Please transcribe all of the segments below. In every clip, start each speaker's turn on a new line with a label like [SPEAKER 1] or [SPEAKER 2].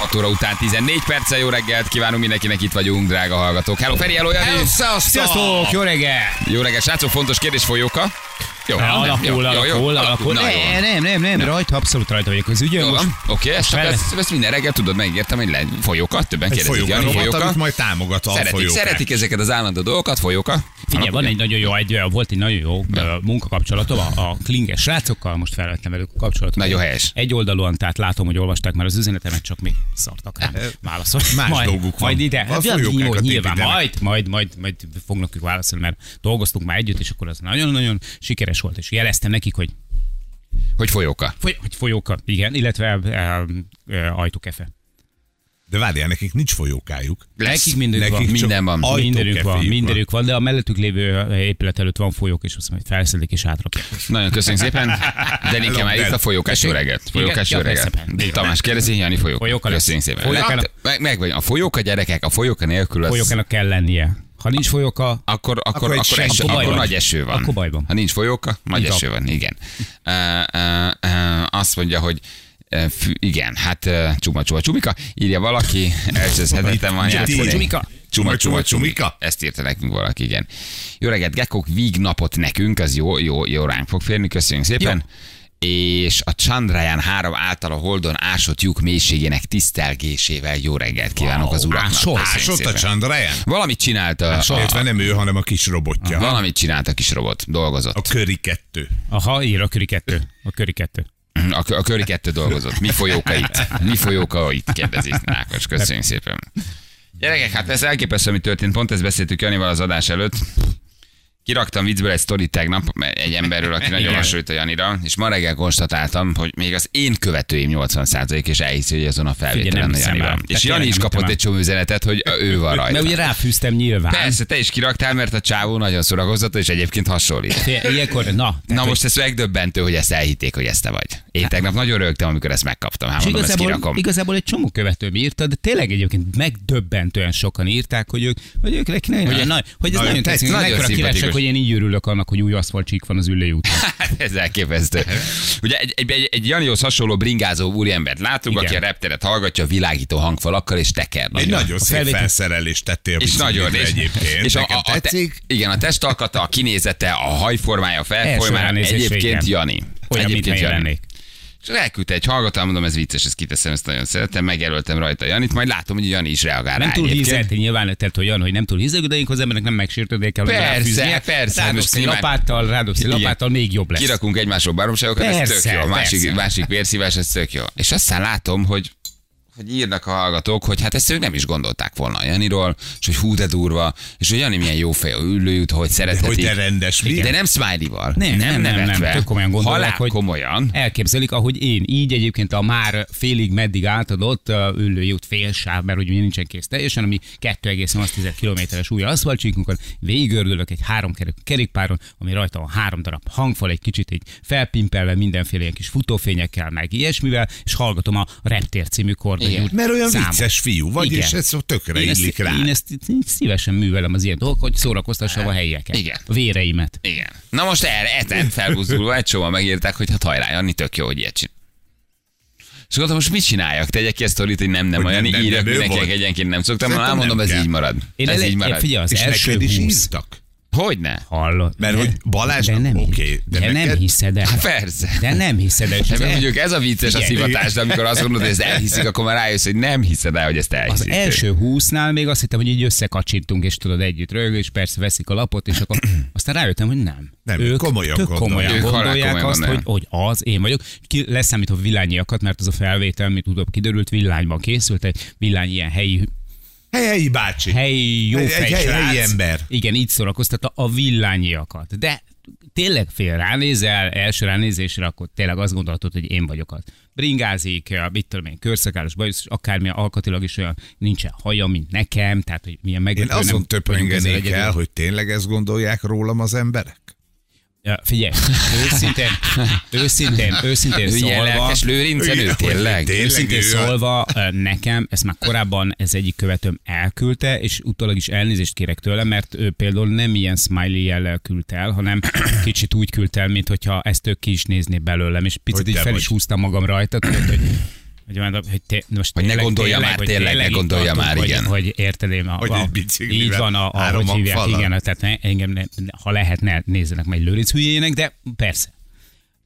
[SPEAKER 1] 6 óra után 14 perccel jó reggelt kívánunk mindenkinek, itt vagyunk, drága hallgatók. Hello, Feri, hello, Jani.
[SPEAKER 2] Sziasztok, jó reggel!
[SPEAKER 1] Jó reggel, srácok, fontos kérdés folyóka. Jó, nem? Jó,
[SPEAKER 2] Alakul,
[SPEAKER 1] jó, jó,
[SPEAKER 2] alakul, alakul.
[SPEAKER 1] Na, jó.
[SPEAKER 2] Ne, nem, nem, nem, rajta, abszolút rajta vagyok az ügyön.
[SPEAKER 1] Jó
[SPEAKER 2] Most
[SPEAKER 1] van, oké, ezt, csak
[SPEAKER 2] fel-
[SPEAKER 1] ezt, ezt minden reggel tudod, megígértem, hogy le, folyóka, többen kérdezik,
[SPEAKER 3] Folyóka
[SPEAKER 1] Jani,
[SPEAKER 3] rovat,
[SPEAKER 1] folyóka.
[SPEAKER 3] amit majd támogat a
[SPEAKER 1] Szeretik,
[SPEAKER 3] folyókák.
[SPEAKER 1] szeretik ezeket az állandó dolgokat, folyóka.
[SPEAKER 2] Figyelj, van
[SPEAKER 1] Alapul-
[SPEAKER 2] egy nagyon jó, egy, volt egy nagyon jó ö, munkakapcsolatom a, a klinges srácokkal, most felvettem velük a kapcsolatot.
[SPEAKER 1] Nagyon helyes.
[SPEAKER 2] Egy oldalúan, tehát látom, hogy olvasták már az üzenetemet, csak még szartak rám. Válaszol.
[SPEAKER 3] Más
[SPEAKER 2] majd,
[SPEAKER 3] dolguk van.
[SPEAKER 2] Majd ide.
[SPEAKER 3] A
[SPEAKER 2] Hát, ja,
[SPEAKER 3] folyókákat
[SPEAKER 2] jó, nyilván,
[SPEAKER 3] építenek.
[SPEAKER 2] majd, majd, majd, majd fognak ők válaszolni, mert dolgoztunk már együtt, és akkor az nagyon-nagyon sikeres volt, és jeleztem nekik, hogy,
[SPEAKER 1] Hogy folyóka.
[SPEAKER 2] foly, hogy folyóka, igen, illetve ö, ö, ajtókefe.
[SPEAKER 3] De várjál, nekik nincs folyókájuk.
[SPEAKER 1] Lesz.
[SPEAKER 2] Nekik mindent
[SPEAKER 3] Nekik
[SPEAKER 2] van.
[SPEAKER 3] csak
[SPEAKER 1] Minden van.
[SPEAKER 3] ajtókeféjük
[SPEAKER 2] Mindenük van, mindenük van, de a mellettük lévő épület előtt van folyók, és azt mondom, hogy felszedik és átrakják.
[SPEAKER 1] Nagyon köszönjük szépen. Denikem már itt a folyókás jó
[SPEAKER 2] Köszönjük.
[SPEAKER 1] reggelt. Folyókás jó
[SPEAKER 2] Igen, ja,
[SPEAKER 1] reggelt.
[SPEAKER 2] persze. Igen.
[SPEAKER 1] Tamás kérdezi, Jani folyók.
[SPEAKER 2] Folyóka lesz.
[SPEAKER 1] Köszönjük szépen.
[SPEAKER 2] Folyóka-
[SPEAKER 1] Hát, Meg, meg vagy, a folyóka gyerekek, a folyóka nélkül lesz.
[SPEAKER 2] Folyókának kell lennie. Ha nincs folyóka,
[SPEAKER 1] Akkor, akkor,
[SPEAKER 3] egy
[SPEAKER 1] akkor,
[SPEAKER 3] seg-
[SPEAKER 1] eső,
[SPEAKER 2] akkor baj
[SPEAKER 1] akkor,
[SPEAKER 2] van.
[SPEAKER 1] nagy eső van.
[SPEAKER 2] Akkor baj van.
[SPEAKER 1] Ha nincs folyóka, nagy
[SPEAKER 2] Így van.
[SPEAKER 1] eső van, igen. Uh, uh, uh, azt mondja, hogy uh, fű, igen, hát uh, csuma csuma csumika, írja valaki, elcsözhetetlen van
[SPEAKER 3] Csuma,
[SPEAKER 1] játszani.
[SPEAKER 3] csuma, csumika.
[SPEAKER 1] Csuma
[SPEAKER 3] Csuma,
[SPEAKER 1] csuma
[SPEAKER 3] csuma,
[SPEAKER 1] csumika.
[SPEAKER 3] csumika.
[SPEAKER 1] Ezt írta nekünk valaki, igen. Jó reggelt, gekkók, víg napot nekünk, az jó, jó, jó ránk fog férni, köszönjük szépen. És a Chandrayaan 3 által a Holdon ásott lyuk mélységének tisztelgésével jó reggelt kívánok az uraknak.
[SPEAKER 2] ásott?
[SPEAKER 1] Köszönjük
[SPEAKER 3] Ásott a
[SPEAKER 1] szépen.
[SPEAKER 3] Chandrayaan?
[SPEAKER 1] Valamit csinált a, a,
[SPEAKER 3] Illetve nem ő, hanem a kis robotja.
[SPEAKER 1] Valamit csinált a kis robot, dolgozott.
[SPEAKER 3] A köri kettő.
[SPEAKER 2] aha, ír a köri kettő. A köri kettő.
[SPEAKER 1] A, kö- a köri kettő dolgozott. Mi folyóka itt? Mi folyóka itt? Kérdezi Ákos. Köszönjük szépen. Gyerekek, hát ez elképesztő, ami történt. Pont ezt beszéltük Janival az adás előtt. Kiraktam viccből egy sztorit tegnap egy emberről, aki nagyon
[SPEAKER 2] Igen.
[SPEAKER 1] hasonlít a Janira, és ma reggel konstatáltam, hogy még az én követőim 80% és elhiszi, hogy azon a
[SPEAKER 2] Figyelj,
[SPEAKER 1] felvételen
[SPEAKER 2] nem
[SPEAKER 1] a
[SPEAKER 2] hiszem
[SPEAKER 1] Janival.
[SPEAKER 2] el.
[SPEAKER 1] És
[SPEAKER 2] Tehát
[SPEAKER 1] Jani
[SPEAKER 2] tényleg
[SPEAKER 1] is
[SPEAKER 2] nem
[SPEAKER 1] kapott
[SPEAKER 2] hiszem
[SPEAKER 1] egy csomó üzenetet, hogy ő van rajta.
[SPEAKER 2] Mert ugye ráfűztem nyilván.
[SPEAKER 1] Persze, te is kiraktál, mert a csávó nagyon szórakozott, és egyébként hasonlít.
[SPEAKER 2] Te- Ilyenkor, na, tehát,
[SPEAKER 1] Na
[SPEAKER 2] hogy-
[SPEAKER 1] most ez megdöbbentő, hogy ezt elhitték, hogy ezt te vagy. Én tegnap nagyon rögtem, amikor ezt megkaptam. Hát
[SPEAKER 2] Hát- és
[SPEAKER 1] mondom, ezt
[SPEAKER 2] igazából,
[SPEAKER 1] kirakom.
[SPEAKER 2] igazából egy csomó követőm írta, de tényleg egyébként megdöbbentően sokan írták, hogy ők, hogy ők neki nagyon, hogy, nagy, hogy ez
[SPEAKER 1] nagyon
[SPEAKER 2] nagyon,
[SPEAKER 1] tetszik,
[SPEAKER 2] tetszik,
[SPEAKER 1] nagyon
[SPEAKER 2] nagyon mekkora
[SPEAKER 1] szimpatikus.
[SPEAKER 2] királyság, hogy én így örülök annak, hogy új aszfaltcsík van az ülő úton.
[SPEAKER 1] Hát Ez elképesztő. Ugye egy, egy, egy, egy Janihoz hasonló bringázó úriembert látunk,
[SPEAKER 2] Igen.
[SPEAKER 1] aki a repteret hallgatja világító hangfalakkal és teker.
[SPEAKER 3] Egy nagyon szép
[SPEAKER 2] felvétel-
[SPEAKER 3] felszerelést tettél
[SPEAKER 1] és nagyon
[SPEAKER 3] és, egyébként. És
[SPEAKER 1] a, a, a te,
[SPEAKER 3] tetszik.
[SPEAKER 1] igen, a testalkata, a kinézete, a hajformája, a felformája,
[SPEAKER 2] ránézésre
[SPEAKER 1] egyébként
[SPEAKER 2] igen.
[SPEAKER 1] Jani.
[SPEAKER 2] Olyan, mint
[SPEAKER 1] egyébként
[SPEAKER 2] én lennék.
[SPEAKER 1] És elküldte egy hallgató, mondom, ez vicces, ezt kiteszem, ezt nagyon szeretem, megjelöltem rajta Janit, majd látom, hogy Jani is reagál
[SPEAKER 2] Nem
[SPEAKER 1] rá
[SPEAKER 2] túl
[SPEAKER 1] egyébként.
[SPEAKER 2] hízelt, nyilván tehát olyan, hogy nem túl hízelt, de az embernek nem megsértődő, de kell hogy
[SPEAKER 1] Persze, hát
[SPEAKER 2] ráfűznie.
[SPEAKER 1] persze, most
[SPEAKER 2] Rádobsz egy
[SPEAKER 1] nyilván-
[SPEAKER 2] lapáttal, rádobsz egy
[SPEAKER 1] Igen.
[SPEAKER 2] lapáttal, még jobb lesz.
[SPEAKER 1] Kirakunk egymásról baromságokat, ez
[SPEAKER 2] Persze,
[SPEAKER 1] tök jó. A másik,
[SPEAKER 2] persze.
[SPEAKER 1] másik vérszívás, ez tök jó. És aztán látom, hogy hogy írnak a hallgatók, hogy hát ezt ők nem is gondolták volna a Janiról, és hogy hú de durva, és hogy Jani milyen jó fej, ülő jut, hogy szeretheti.
[SPEAKER 3] Hogy de rendes, mi?
[SPEAKER 1] De nem smiley-val.
[SPEAKER 2] Nem, nem, nem, nem, tök komolyan gondolják,
[SPEAKER 1] Halál
[SPEAKER 2] hogy-
[SPEAKER 1] komolyan.
[SPEAKER 2] Elképzelik, ahogy én. Így egyébként a már félig meddig átadott ö, ülőjút fél sáv, mert ugye nincsen kész teljesen, ami 2,8 kilométeres új aszfaltcsíkunkon, végigördülök egy három kerek, kerékpáron, ami rajta van három darab hangfal, egy kicsit így felpimpelve mindenféle ilyen kis futófényekkel, meg ilyesmivel, és hallgatom a Reptér című
[SPEAKER 1] Igen.
[SPEAKER 2] kordagyút.
[SPEAKER 3] Mert olyan
[SPEAKER 2] számot.
[SPEAKER 3] vicces fiú vagy,
[SPEAKER 2] Igen.
[SPEAKER 3] és ez tökre
[SPEAKER 2] Én
[SPEAKER 3] illik
[SPEAKER 2] ezt,
[SPEAKER 3] rá.
[SPEAKER 2] én ezt így szívesen művelem az ilyen dolgok, hogy szórakoztassam
[SPEAKER 3] Hát,
[SPEAKER 2] a helyieket.
[SPEAKER 1] Igen.
[SPEAKER 2] A véreimet.
[SPEAKER 1] Igen. Na most erre ezen felbuzdulva egy csomóan megírták, hogy hát hajrá, Jani, tök jó, hogy ilyet csinál. És gondoltam, most mit csináljak? Tegyek ki ezt a sztorit, hogy nem, nem,
[SPEAKER 3] Hogy
[SPEAKER 1] olyan
[SPEAKER 3] nem, nem,
[SPEAKER 1] írjak
[SPEAKER 3] nem, ő
[SPEAKER 1] mindenkinek
[SPEAKER 3] volt.
[SPEAKER 1] egyenként nem szoktam, hanem
[SPEAKER 3] Szerintem
[SPEAKER 1] mondom,
[SPEAKER 3] nem
[SPEAKER 1] ez
[SPEAKER 3] kell.
[SPEAKER 1] így marad. ez
[SPEAKER 2] ele-
[SPEAKER 1] így marad.
[SPEAKER 2] figyelj, az
[SPEAKER 3] És
[SPEAKER 2] első
[SPEAKER 3] neked is
[SPEAKER 2] 20
[SPEAKER 3] írtak.
[SPEAKER 1] Hogyne?
[SPEAKER 2] Hallod?
[SPEAKER 3] Mert
[SPEAKER 2] De-
[SPEAKER 3] hogy Balázsnak
[SPEAKER 2] de nem
[SPEAKER 3] oké,
[SPEAKER 2] hi-
[SPEAKER 3] de
[SPEAKER 2] De, nem
[SPEAKER 3] neked- Hát,
[SPEAKER 2] hiszed el.
[SPEAKER 1] Hát persze.
[SPEAKER 2] De nem hiszed el. És
[SPEAKER 1] Nem,
[SPEAKER 2] az el-
[SPEAKER 1] mondjuk ez a vicces a
[SPEAKER 2] Igen.
[SPEAKER 1] szivatás, de amikor azt gondolod, hogy ezt elhiszik, akkor már rájössz, hogy nem hiszed el, hogy ezt
[SPEAKER 2] Az
[SPEAKER 1] elhiszik.
[SPEAKER 2] első húsznál még azt hittem, hogy így összekacsintunk, és tudod, együtt rögő, és persze veszik a lapot, és akkor aztán rájöttem, hogy nem.
[SPEAKER 3] Nem,
[SPEAKER 2] ők
[SPEAKER 3] komolyan
[SPEAKER 2] tök
[SPEAKER 3] gondolják.
[SPEAKER 2] komolyan
[SPEAKER 1] Ők halál
[SPEAKER 2] gondolják
[SPEAKER 1] komolyan
[SPEAKER 2] azt, hogy,
[SPEAKER 1] gondolják.
[SPEAKER 2] hogy, az én vagyok. Ki, leszámítva villányiakat, mert az a felvétel, amit utóbb kiderült, villányban készült, egy villány ilyen helyi
[SPEAKER 3] Helyi bácsi.
[SPEAKER 2] helyi jó
[SPEAKER 3] Egy- egy
[SPEAKER 2] fejsrác.
[SPEAKER 3] helyi ember.
[SPEAKER 2] Igen, így szórakoztatta a villányiakat. De tényleg fél ránézel, első ránézésre, akkor tényleg azt gondolhatod, hogy én vagyok az. Bringázik, eh, mit tudom én, körszakálos bajusz, akármilyen alkatilag is olyan, nincsen haja, mint nekem, tehát hogy milyen meg.
[SPEAKER 3] Én azon töprengenék el, hogy tényleg ezt gondolják rólam az emberek?
[SPEAKER 2] Ja, figyelj, őszintén, őszintén, őszintén
[SPEAKER 1] Ilyen
[SPEAKER 2] szólva,
[SPEAKER 1] lelkes lőrincelő,
[SPEAKER 3] Igen,
[SPEAKER 1] tényleg?
[SPEAKER 3] tényleg.
[SPEAKER 2] őszintén
[SPEAKER 3] ő-
[SPEAKER 2] szólva, ö, nekem, ezt már korábban ez egyik követőm elküldte, és utólag is elnézést kérek tőle, mert ő például nem ilyen smiley jellel küldt el, hanem kicsit úgy küldt el, mint hogyha ezt ő ki is nézné belőlem, és picit
[SPEAKER 3] Hogy
[SPEAKER 2] így
[SPEAKER 3] te
[SPEAKER 2] fel
[SPEAKER 3] vagy.
[SPEAKER 2] is húztam magam rajta, tudod, hogy hogy, mondom, hogy, té- most
[SPEAKER 1] Hogy ne gondolja már,
[SPEAKER 2] hogy
[SPEAKER 1] tényleg ne
[SPEAKER 2] itt
[SPEAKER 1] gondolja
[SPEAKER 2] tartunk,
[SPEAKER 1] már,
[SPEAKER 2] hogy,
[SPEAKER 1] igen.
[SPEAKER 2] Hogy érted én a,
[SPEAKER 3] Hogy
[SPEAKER 2] a
[SPEAKER 3] egy biciklivel
[SPEAKER 2] így van, a, a
[SPEAKER 3] három
[SPEAKER 2] hogy hívják,
[SPEAKER 3] magfallal.
[SPEAKER 2] igen, tehát ne, engem ne, ne- ha lehet, ne nézzenek meg egy lőrinc hülyének, de persze.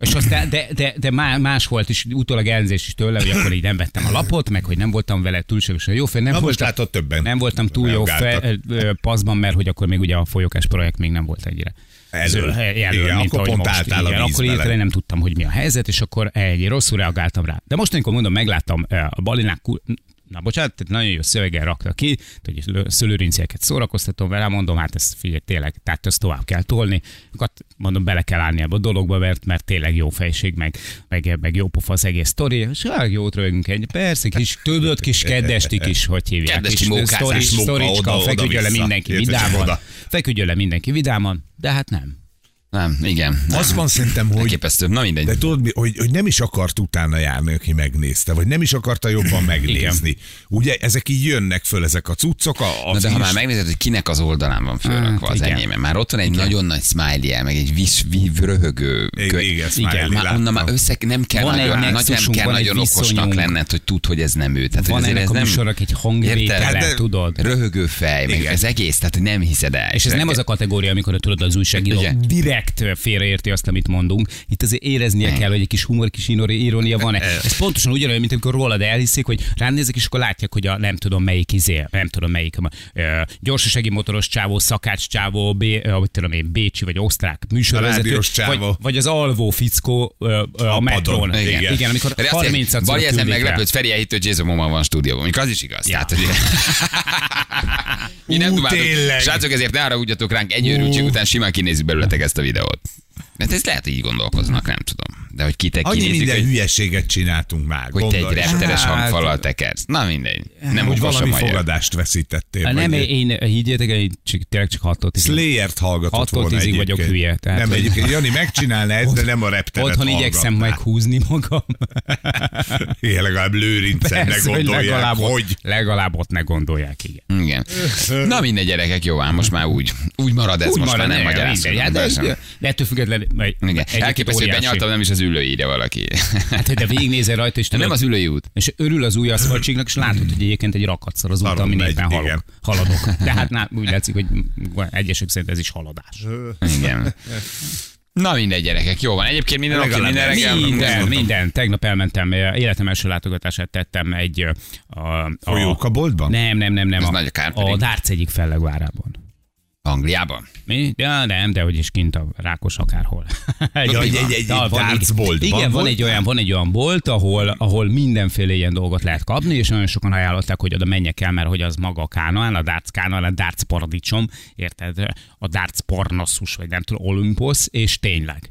[SPEAKER 2] És aztán, de, de, de má- más volt is, utólag elnézést is tőle, hogy akkor így nem vettem a lapot, meg hogy nem voltam vele túlságosan jó fej, nem,
[SPEAKER 3] Na most
[SPEAKER 2] voltam,
[SPEAKER 3] látod többen.
[SPEAKER 2] nem voltam túl jó fe,
[SPEAKER 3] Reagáltak.
[SPEAKER 2] ö, ö, paszban, mert hogy akkor még ugye a folyókás projekt még nem volt ennyire.
[SPEAKER 3] Elől.
[SPEAKER 2] Zöld, elől,
[SPEAKER 3] Igen,
[SPEAKER 2] mint
[SPEAKER 3] akkor
[SPEAKER 2] ahogy
[SPEAKER 3] pont
[SPEAKER 2] most.
[SPEAKER 3] álltál a
[SPEAKER 2] Igen,
[SPEAKER 3] vízbe
[SPEAKER 2] Akkor
[SPEAKER 3] le.
[SPEAKER 2] én nem tudtam, hogy mi a helyzet, és akkor egy rosszul reagáltam rá. De most, amikor mondom, megláttam ö, a balinák, kul- na bocsánat, tehát nagyon jó szöveggel rakta ki, hogy lő- szőlőrincéket szórakoztatom vele, mondom, hát ezt figyelj, tényleg, tehát ezt tovább kell tolni. Akkor hát, mondom, bele kell állni ebbe a dologba, mert, mert tényleg jó fejség, meg, meg, meg jó pofa az egész sztori, és hát jót rövünk egy, persze, kis tudod, kis kedvesti kis, hogy hívják.
[SPEAKER 1] Kedvesti
[SPEAKER 2] kis
[SPEAKER 1] mókázás, móka,
[SPEAKER 2] sztori- sztoricska,
[SPEAKER 3] oda-oda
[SPEAKER 2] feküdjön le
[SPEAKER 3] vissza.
[SPEAKER 2] mindenki
[SPEAKER 3] Érted, csak
[SPEAKER 2] vidáman,
[SPEAKER 3] oda.
[SPEAKER 2] feküdjön le mindenki vidáman, de hát nem.
[SPEAKER 1] Nem, igen.
[SPEAKER 3] Azt van szerintem, hogy
[SPEAKER 1] Elképesztő. Na mindegy.
[SPEAKER 3] de tudod, mi, hogy, hogy nem is akart utána járni, aki megnézte, vagy nem is akarta jobban megnézni. Ugye ezek így jönnek föl, ezek a cuccok, a, a
[SPEAKER 1] Na de ha
[SPEAKER 3] friss-
[SPEAKER 1] már megnézed, hogy kinek az oldalán van fölrakva
[SPEAKER 2] Hát,
[SPEAKER 1] az
[SPEAKER 2] igen.
[SPEAKER 1] enyémem, már ott van egy nagyon nagy smiley meg egy vis, vív, röhögő
[SPEAKER 3] Igen,
[SPEAKER 1] könyv.
[SPEAKER 3] igen, smiley,
[SPEAKER 1] már onnan már
[SPEAKER 3] láttam.
[SPEAKER 1] össze, nem kell
[SPEAKER 2] Van egy
[SPEAKER 1] nagyon, nagy, nem
[SPEAKER 2] nexusunk,
[SPEAKER 1] kell
[SPEAKER 2] van egy
[SPEAKER 1] nagyon okosnak
[SPEAKER 2] viszonyunk.
[SPEAKER 1] lenned, hogy tudd, hogy ez nem ő. Tehát, hogy
[SPEAKER 2] Van
[SPEAKER 1] azért
[SPEAKER 2] ennek
[SPEAKER 1] ez
[SPEAKER 2] a
[SPEAKER 1] nem
[SPEAKER 2] műsornak egy
[SPEAKER 1] Érted?
[SPEAKER 2] hangvétele,
[SPEAKER 1] De-
[SPEAKER 2] tudod?
[SPEAKER 1] röhögő fej, meg
[SPEAKER 3] Igen.
[SPEAKER 1] ez egész, tehát hogy nem hiszed el.
[SPEAKER 2] És ez nem az a kategória, amikor tudod, az újságíró
[SPEAKER 1] Ugye?
[SPEAKER 2] direkt félreérti azt, amit mondunk. Itt azért éreznie kell, hogy egy kis humor, kis ínor- irónia van-e. Ez pontosan ugyanolyan, mint amikor rólad elhiszik, hogy ránézek, és akkor látják, hogy a nem tudom melyik izé, nem tudom melyik ö, gyorsasági motoros csávó, szakács csávó, B, ö, hogy tudom én, Bécsi vagy osztrák műsorvezető,
[SPEAKER 3] rádiós
[SPEAKER 2] vagy,
[SPEAKER 3] csávó.
[SPEAKER 2] vagy az alvó fickó ö, ö, a, a
[SPEAKER 3] padon.
[SPEAKER 2] metrón.
[SPEAKER 3] Igen.
[SPEAKER 2] Igen. Igen, amikor 30 at
[SPEAKER 1] Vagy ezen meglepődsz, Feri elhitte, hogy Jason Momoa van stúdióban. Mondjuk az is igaz. Tehát, hogy... Mi nem
[SPEAKER 3] Ú,
[SPEAKER 1] dumáltuk.
[SPEAKER 3] tényleg.
[SPEAKER 1] Srácok, ezért ne haragudjatok ránk, egy őrültség után simán kinézzük belőletek ezt a videót. Mert ez lehet, hogy így gondolkoznak, nem tudom. De hogy kitek
[SPEAKER 3] Annyi
[SPEAKER 1] kinézik,
[SPEAKER 3] minden
[SPEAKER 1] hogy,
[SPEAKER 3] hülyeséget csináltunk már.
[SPEAKER 1] hogy te egy
[SPEAKER 3] gondolj.
[SPEAKER 1] repteres
[SPEAKER 2] Hát-
[SPEAKER 1] hangfalal tekersz. Na mindegy. Nem
[SPEAKER 3] hogy
[SPEAKER 1] okos a
[SPEAKER 3] valami
[SPEAKER 1] magyar.
[SPEAKER 3] fogadást veszítettél.
[SPEAKER 2] Hát Nem,
[SPEAKER 3] vagy-
[SPEAKER 2] én higgyétek, el, én csak- tényleg csak hatot.
[SPEAKER 3] Slayert hallgatott
[SPEAKER 2] Hattól
[SPEAKER 3] volna
[SPEAKER 2] tízig
[SPEAKER 3] egyébként.
[SPEAKER 2] vagyok hülye, tehát,
[SPEAKER 3] nem,
[SPEAKER 2] hogy-
[SPEAKER 3] egyébként Jani megcsinálna ezt, de nem a repteret
[SPEAKER 2] Otthon igyekszem majd húzni magam.
[SPEAKER 3] Igen, legalább lőrincen ne
[SPEAKER 2] Persze, hogy
[SPEAKER 3] gondolják,
[SPEAKER 2] legalább, ott-
[SPEAKER 3] hogy...
[SPEAKER 2] legalább ott ne gondolják, igen.
[SPEAKER 1] Igen. Na mindegy, gyerekek, jó, ám most már úgy. Úgy marad ez, most már nem
[SPEAKER 2] marad,
[SPEAKER 1] magyarázkodunk.
[SPEAKER 2] mindegy. Hát de,
[SPEAKER 1] persze.
[SPEAKER 2] de, de ettől függetlenül. Egy,
[SPEAKER 1] Igen.
[SPEAKER 2] egyik
[SPEAKER 1] Elképesztő, hogy
[SPEAKER 2] óriási.
[SPEAKER 1] benyaltam, nem is az ülőire valaki.
[SPEAKER 2] Hát, hogy de végignézel rajta, és
[SPEAKER 1] De
[SPEAKER 2] tudod,
[SPEAKER 1] nem az ülői út.
[SPEAKER 2] és örül az új aszfaltcsiknak, és látod, hogy egyébként egy rakatszor az út,
[SPEAKER 3] Arra
[SPEAKER 2] amin
[SPEAKER 3] megy,
[SPEAKER 2] éppen halok,
[SPEAKER 3] igen.
[SPEAKER 2] haladok. De hát na, úgy látszik, hogy egyesek szerint ez is haladás.
[SPEAKER 1] Igen. Na mindegy, gyerekek, jó van. Egyébként minden oké,
[SPEAKER 3] Legalább
[SPEAKER 1] minden
[SPEAKER 3] ez.
[SPEAKER 1] reggel.
[SPEAKER 2] Minden, minden. Tegnap elmentem, eh, életem első látogatását tettem egy... ö, A, a,
[SPEAKER 3] Folyók a boltban?
[SPEAKER 2] Nem, nem, nem, nem.
[SPEAKER 1] Ez
[SPEAKER 2] a,
[SPEAKER 1] nagy a kár pedig.
[SPEAKER 2] a Dárc egyik fellegvárában.
[SPEAKER 1] Angliában.
[SPEAKER 2] Mi? Ja, nem, de hogy is kint a rákos akárhol. egy,
[SPEAKER 3] Ja, egy- egy- egy tárcboltban
[SPEAKER 2] igen, van
[SPEAKER 3] volt?
[SPEAKER 2] egy, olyan, van egy olyan bolt, ahol, ahol mindenféle ilyen dolgot lehet kapni, és nagyon sokan ajánlották, hogy oda menjek el, mert hogy az maga a kánoán, a darts kánoán, a darts paradicsom, érted? A darts pornoszus, vagy nem tudom, Olympus, és tényleg.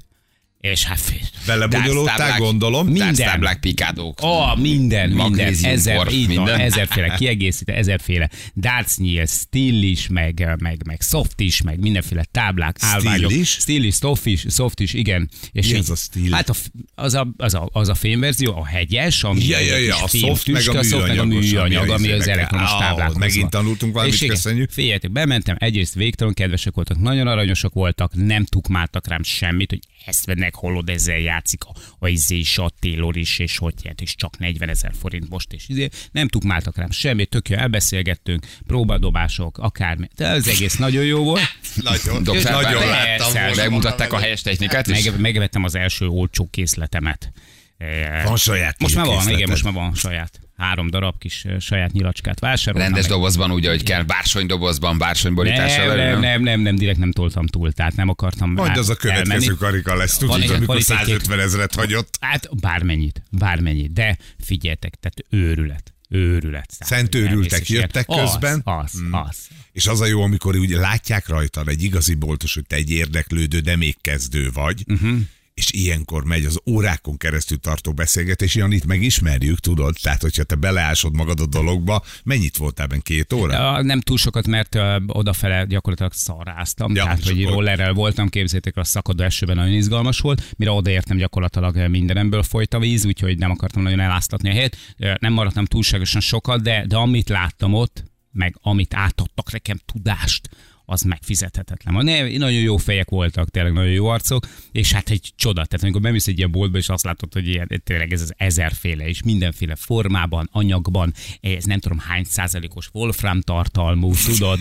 [SPEAKER 2] És hát fél.
[SPEAKER 3] Belebonyolódtál,
[SPEAKER 1] Táblág-
[SPEAKER 3] gondolom.
[SPEAKER 2] Mi-
[SPEAKER 1] Minden.
[SPEAKER 2] Minden.
[SPEAKER 1] Táblák, pikádók.
[SPEAKER 2] Ó, oh, minden, minden,
[SPEAKER 1] Magnézium,
[SPEAKER 2] ezer,
[SPEAKER 1] borf,
[SPEAKER 2] így minden. Van,
[SPEAKER 1] minden.
[SPEAKER 2] ezerféle kiegészítő, ezerféle dárcnyíl, still is, meg, meg, meg soft is, meg mindenféle táblák, állványok.
[SPEAKER 3] is?
[SPEAKER 2] Still is, soft is, soft is igen. És
[SPEAKER 3] Mi
[SPEAKER 2] így-
[SPEAKER 3] az a still?
[SPEAKER 2] Hát a, f- az, a, az, a, az a fémverzió, a hegyes, ami
[SPEAKER 3] Ja, ja,
[SPEAKER 2] egy
[SPEAKER 3] ja,
[SPEAKER 2] kis
[SPEAKER 3] a
[SPEAKER 2] fém
[SPEAKER 3] soft meg a
[SPEAKER 2] tüske, soft meg a
[SPEAKER 3] műanyagos,
[SPEAKER 2] műanyag,
[SPEAKER 3] ami a
[SPEAKER 2] ami az
[SPEAKER 3] izének-
[SPEAKER 2] elektromos
[SPEAKER 3] Á,
[SPEAKER 2] táblákhoz
[SPEAKER 3] megint
[SPEAKER 2] van.
[SPEAKER 3] tanultunk valamit,
[SPEAKER 2] És igen,
[SPEAKER 3] köszönjük.
[SPEAKER 2] Figyeljetek, bementem, egyrészt végtelen kedvesek voltak, nagyon aranyosak voltak, nem tukmáltak rám semmit, hogy ezt vennek, holod ezzel játszik a, a izé is, a télor is, és hogy ját, és csak 40 ezer forint most, és izé, nem tukmáltak rám semmit, tök jó, elbeszélgettünk, próbadobások, akármi. De az egész nagyon jó volt.
[SPEAKER 3] Nagyon,
[SPEAKER 1] Doktor
[SPEAKER 3] nagyon
[SPEAKER 1] Bárnál.
[SPEAKER 3] láttam
[SPEAKER 2] Persze,
[SPEAKER 3] volna.
[SPEAKER 1] Megmutatták a helyes technikát is.
[SPEAKER 2] hát Meg, megvettem az első olcsó készletemet. Eh,
[SPEAKER 3] Van saját
[SPEAKER 2] Most már van,
[SPEAKER 3] készleted.
[SPEAKER 2] igen, most már van saját. Három darab kis eh, saját nyilacskát vásároltam.
[SPEAKER 1] Rendes
[SPEAKER 2] meg-
[SPEAKER 1] dobozban, úgy, ahogy kell. Bársonydobozban, bársonyborítással.
[SPEAKER 2] nem,
[SPEAKER 1] elő,
[SPEAKER 2] nem, nem, nem, nem, direkt nem toltam túl, tehát nem akartam
[SPEAKER 3] Majd
[SPEAKER 2] át-
[SPEAKER 3] az a következő
[SPEAKER 2] Hát elmenni.
[SPEAKER 3] karika lesz,
[SPEAKER 2] Van egy-
[SPEAKER 3] tudod, amikor
[SPEAKER 2] van itt egy két-
[SPEAKER 3] 150 ezeret hagyott.
[SPEAKER 2] Hát bármennyit, bármennyit, de figyeljetek, tehát őrület. őrület. száll,
[SPEAKER 3] Szent
[SPEAKER 2] hogy
[SPEAKER 3] őrültek
[SPEAKER 2] elmész, és
[SPEAKER 3] jöttek
[SPEAKER 2] ilyen-
[SPEAKER 3] közben? Mm.
[SPEAKER 2] Az, az, az.
[SPEAKER 3] És az a jó, amikor úgy látják rajtad egy igazi boltos, hogy te egy érdeklődő, de még kezdő vagy,
[SPEAKER 2] Mhm.
[SPEAKER 3] uh-huh. és ilyenkor megy az órákon keresztül tartó beszélgetés, Janit megismerjük, tudod? Tehát, hogyha te beleásod magad a dologba, mennyit voltál benne két óra?
[SPEAKER 2] A, nem túl sokat, mert ö, odafele gyakorlatilag szarráztam,
[SPEAKER 3] Ja,
[SPEAKER 2] ja, tehát
[SPEAKER 3] és
[SPEAKER 2] hogy
[SPEAKER 3] akkor-
[SPEAKER 2] rollerrel voltam, képzétek, a szakadó esőben nagyon izgalmas volt, mire odaértem gyakorlatilag ö, mindenemből folyt a víz, úgyhogy nem akartam nagyon eláztatni a helyet. Ö, Nem maradtam túlságosan sokat, de, de amit láttam ott, meg amit átadtak nekem tudást, az megfizethetetlen. van. Ne, nagyon jó fejek voltak, tényleg nagyon jó arcok, és hát egy csoda. Tehát amikor bemész egy ilyen boltba, és azt látod, hogy ilyen, tényleg ez az ezerféle, és mindenféle formában, anyagban, ez nem tudom hány százalékos wolfram tartalmú, tudod?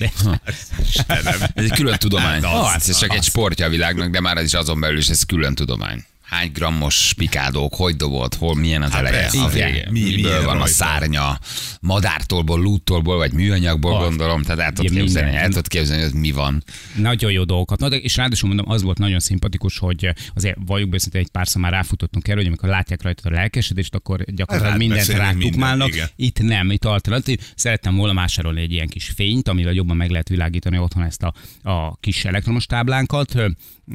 [SPEAKER 1] Ez egy külön tudomány.
[SPEAKER 2] Hát az,
[SPEAKER 1] Az, ez csak
[SPEAKER 2] az.
[SPEAKER 1] egy sportja a világnak, de már ez is azon belül is ez külön tudomány. Hány grammos pikádók, hogy dobolt, hol, milyen az eleje,
[SPEAKER 3] persze,
[SPEAKER 1] a
[SPEAKER 3] igen.
[SPEAKER 1] vége,
[SPEAKER 3] Mi- milyen
[SPEAKER 1] miből van a
[SPEAKER 3] rajta.
[SPEAKER 1] szárnya, madártólból, lúttólból, vagy műanyagból
[SPEAKER 2] Az.
[SPEAKER 1] gondolom, tehát el tudod
[SPEAKER 2] Ugye
[SPEAKER 1] képzelni,
[SPEAKER 2] minden.
[SPEAKER 1] el tudod képzelni, hogy mi van.
[SPEAKER 2] Nagyon jó dolgokat. Na, de, és ráadásul mondom, az volt nagyon szimpatikus, hogy azért valljuk be, hogy egy párszor már ráfutottunk erre, hogy amikor látják rajta a lelkesedést, akkor gyakorlatilag
[SPEAKER 3] Rád
[SPEAKER 2] mindent
[SPEAKER 3] beszélünk
[SPEAKER 2] rátukmálnak.
[SPEAKER 3] mindent, igen.
[SPEAKER 2] Itt nem, itt alternatív. Szerettem volna vásárolni egy ilyen kis fényt, amivel jobban meg lehet világítani otthon ezt a, a kis elektromos táblánkat, ö,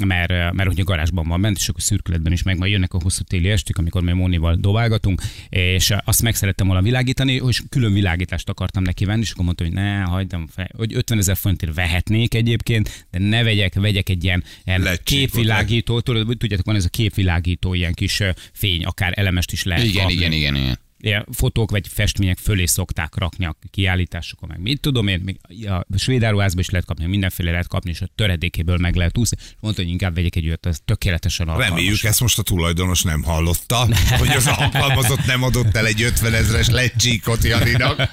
[SPEAKER 2] mert, ö, mert hogy a garázsban van bent, és akkor szürkületben is meg majd jönnek a hosszú téli esték, amikor mi Mónival dobálgatunk, és azt meg szerettem volna világítani, és külön világítást akartam neki venni, és akkor mondta, hogy ne, hagydam fel, hogy 50 ezer forintért vehetnék egyébként, de ne vegyek, vegyek egy ilyen, ilyen
[SPEAKER 3] Lecsikot,
[SPEAKER 2] képvilágító, tudod, úgy tudjátok, van ez a képvilágító, ilyen kis ö, fény, akár elemest is lehet
[SPEAKER 1] Igen,
[SPEAKER 2] kapni
[SPEAKER 1] igen, igen, igen.
[SPEAKER 2] ilyen fotók vagy festmények fölé szokták rakni a kiállításokon, meg mit tudom én, még a svéd áruházban is lehet kapni, mindenféle lehet kapni, és a töredékéből meg lehet úszni. És Mondta, hogy inkább vegyek egy olyat, az tökéletesen alkalmas.
[SPEAKER 3] Reméljük, ezt most a tulajdonos nem hallotta, hogy az alkalmazott nem adott el egy 50 ezres lecsíkot Janinak.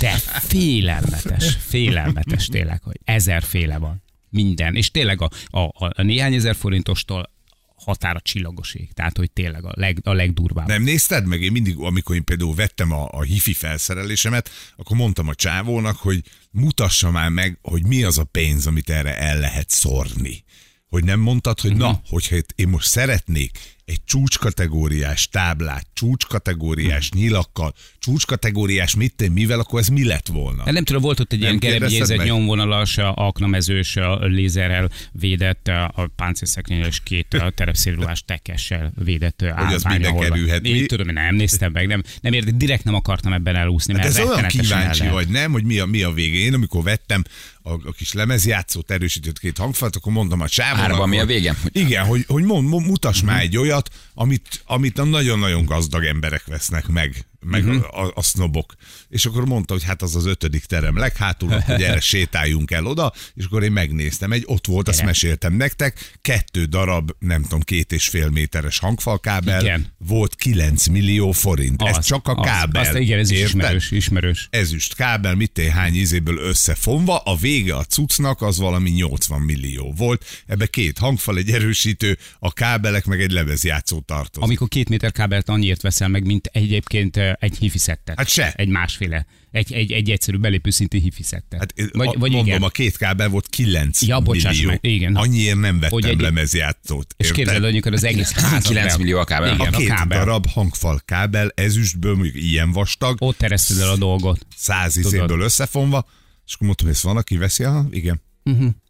[SPEAKER 2] De félelmetes, félelmetes tényleg, hogy ezerféle van. Minden. És tényleg a, a, a, a néhány ezer forintostól határa csillagoség. Tehát, hogy tényleg a, leg, a legdurvább.
[SPEAKER 3] Nem nézted meg? Én mindig, amikor én például vettem a, a hifi felszerelésemet, akkor mondtam a csávónak, hogy mutassa már meg, hogy mi az a pénz, amit erre el lehet szórni. Hogy nem mondtad, hogy na, hogyha itt én most szeretnék egy csúcskategóriás táblát, csúcskategóriás nyilakkal, csúcskategóriás mit én, mivel, akkor ez mi lett volna?
[SPEAKER 2] Hát nem tudom, volt ott egy ilyen
[SPEAKER 3] kérdezted
[SPEAKER 2] gerebjézett
[SPEAKER 3] meg?
[SPEAKER 2] nyomvonalas, a aknamezős, a lézerrel védett, a a páncélszekrényel és két a terepszélruhás tekessel védett
[SPEAKER 3] Hogy az mibe
[SPEAKER 2] ahol van.
[SPEAKER 3] kerülhet, mi?
[SPEAKER 2] Én tudom, én nem néztem meg, nem, nem értek, direkt nem akartam ebben elúszni, mert
[SPEAKER 3] Hát ez olyan
[SPEAKER 2] rettenetesen el
[SPEAKER 3] kíváncsi
[SPEAKER 2] lehet.
[SPEAKER 3] vagy, nem, hogy mi a, mi a vége. Én amikor vettem a, a kis lemezjátszót, erősített két hangfalt, akkor mondom a sávon.
[SPEAKER 1] Árva, mi a vége?
[SPEAKER 3] Igen, hogy, hogy mond, mond, mutass
[SPEAKER 2] Mhm.
[SPEAKER 3] már egy olyat, amit, amit a nagyon-nagyon gazdag emberek vesznek meg, meg
[SPEAKER 2] Mhm.
[SPEAKER 3] a, a, a sznobok. És akkor mondta, hogy hát az az ötödik terem leghátul, akkor gyere, sétáljunk el oda, és akkor én megnéztem, egy ott volt, azt
[SPEAKER 2] Gyere.
[SPEAKER 3] meséltem nektek, kettő darab, nem tudom, két és fél méteres hangfalkábel,
[SPEAKER 2] Igen.
[SPEAKER 3] volt 9 millió forint. Az, ez csak a kábel.
[SPEAKER 2] Az, azt, igen, ez is
[SPEAKER 3] Érted?
[SPEAKER 2] ismerős, ismerős.
[SPEAKER 3] ezüst kábel, mit té, hány izéből összefonva, a vége a cuccnak az valami 80 millió volt, ebbe két hangfal, egy erősítő, a kábelek meg egy lemezjátszó tartozik.
[SPEAKER 2] Amikor két méter kábelt annyiért veszel meg, mint egyébként eh, egy hifiszettet.
[SPEAKER 3] Hát se.
[SPEAKER 2] Egy másféle. Egy, egy, egy egyszerű belépő szintű hifiszettet.
[SPEAKER 3] Hát, vagy, a, vagy mondom, a két kábel volt 9
[SPEAKER 2] Ja, bocsáss
[SPEAKER 3] millió.
[SPEAKER 2] meg, igen.
[SPEAKER 3] Annyiért nem vettem
[SPEAKER 2] Hogy egy-
[SPEAKER 3] lemezjátszót.
[SPEAKER 2] És
[SPEAKER 3] érted?
[SPEAKER 2] képzeld, hogy amikor az egész házat
[SPEAKER 1] 9
[SPEAKER 2] be-
[SPEAKER 1] millió a kábel.
[SPEAKER 2] Igen,
[SPEAKER 3] a két
[SPEAKER 2] a kábel.
[SPEAKER 3] darab hangfal kábel, ezüstből, mondjuk ilyen vastag,
[SPEAKER 2] Ott tereszted el a dolgot.
[SPEAKER 3] száz izéből összefonva, és akkor mondtam, hogy ezt van, aki veszi? Aha, igen.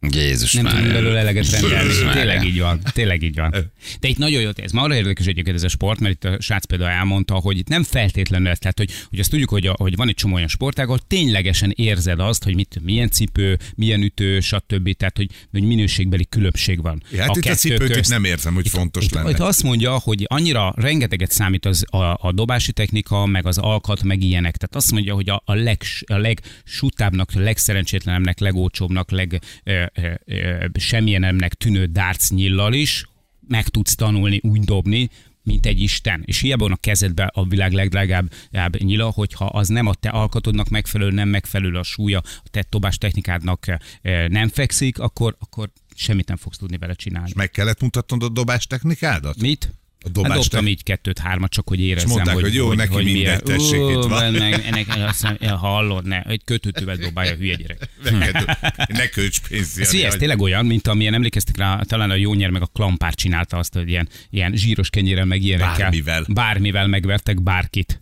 [SPEAKER 1] Jézus
[SPEAKER 2] Nem tudunk
[SPEAKER 1] Mária.
[SPEAKER 2] belőle eleget
[SPEAKER 1] Jézus
[SPEAKER 2] rendelni.
[SPEAKER 1] Mária.
[SPEAKER 2] Tényleg így van. Tényleg így van. De itt nagyon jó, ez már arra érdekes egyébként ez a sport, mert itt a srác például elmondta, hogy itt nem feltétlenül ez, tehát hogy, hogy azt tudjuk, hogy, a, hogy van egy csomó olyan sportág, ahol ténylegesen érzed azt, hogy mit, milyen cipő, milyen ütő, stb. Tehát, hogy, hogy minőségbeli különbség van.
[SPEAKER 3] Hát itt a
[SPEAKER 2] kettő
[SPEAKER 3] cipőt itt
[SPEAKER 2] közt.
[SPEAKER 3] nem érzem, hogy fontos
[SPEAKER 2] itt,
[SPEAKER 3] lenne.
[SPEAKER 2] itt azt mondja, hogy annyira rengeteget számít az a, a dobási technika, meg az alkat, meg ilyenek. Tehát azt mondja, hogy a, a, leg, a legsutábbnak, a legszerencsétlenebbnek, legolcsóbbnak, leg ö, ö, ö, semmilyenemnek tűnő dárc nyillal is meg tudsz tanulni úgy dobni, mint egy Isten. És hiába van a kezedben a világ legdrágább drágább nyila, hogyha az nem a te alkatodnak megfelelő, nem megfelelő a súlya, a te dobás technikádnak ö, nem fekszik, akkor, akkor semmit nem fogsz tudni vele csinálni.
[SPEAKER 3] Meg kellett mutatnod a dobás technikádat?
[SPEAKER 2] Mit?
[SPEAKER 3] A dobás
[SPEAKER 2] hát dobtam
[SPEAKER 3] te-
[SPEAKER 2] így kettőt, hármat, csak hogy érezzem,
[SPEAKER 3] mondták,
[SPEAKER 2] hogy,
[SPEAKER 3] hogy jó, neki mindegy,
[SPEAKER 2] milyen-
[SPEAKER 3] tessék,
[SPEAKER 2] Ú,
[SPEAKER 3] itt van.
[SPEAKER 2] Meg, ennek, azt mondom, hallod, ne, egy kötőtővel dobálja a hülye gyerek.
[SPEAKER 3] Neked, ne költs pénzt.
[SPEAKER 2] Ez, figyelj, ez tényleg olyan, mint amilyen emlékeztek rá, talán a Jónyer meg a Klampár csinálta azt, hogy ilyen, ilyen zsíros kenyérrel meg ilyenekkel.
[SPEAKER 3] Bármivel.
[SPEAKER 2] Bármivel megvertek bárkit.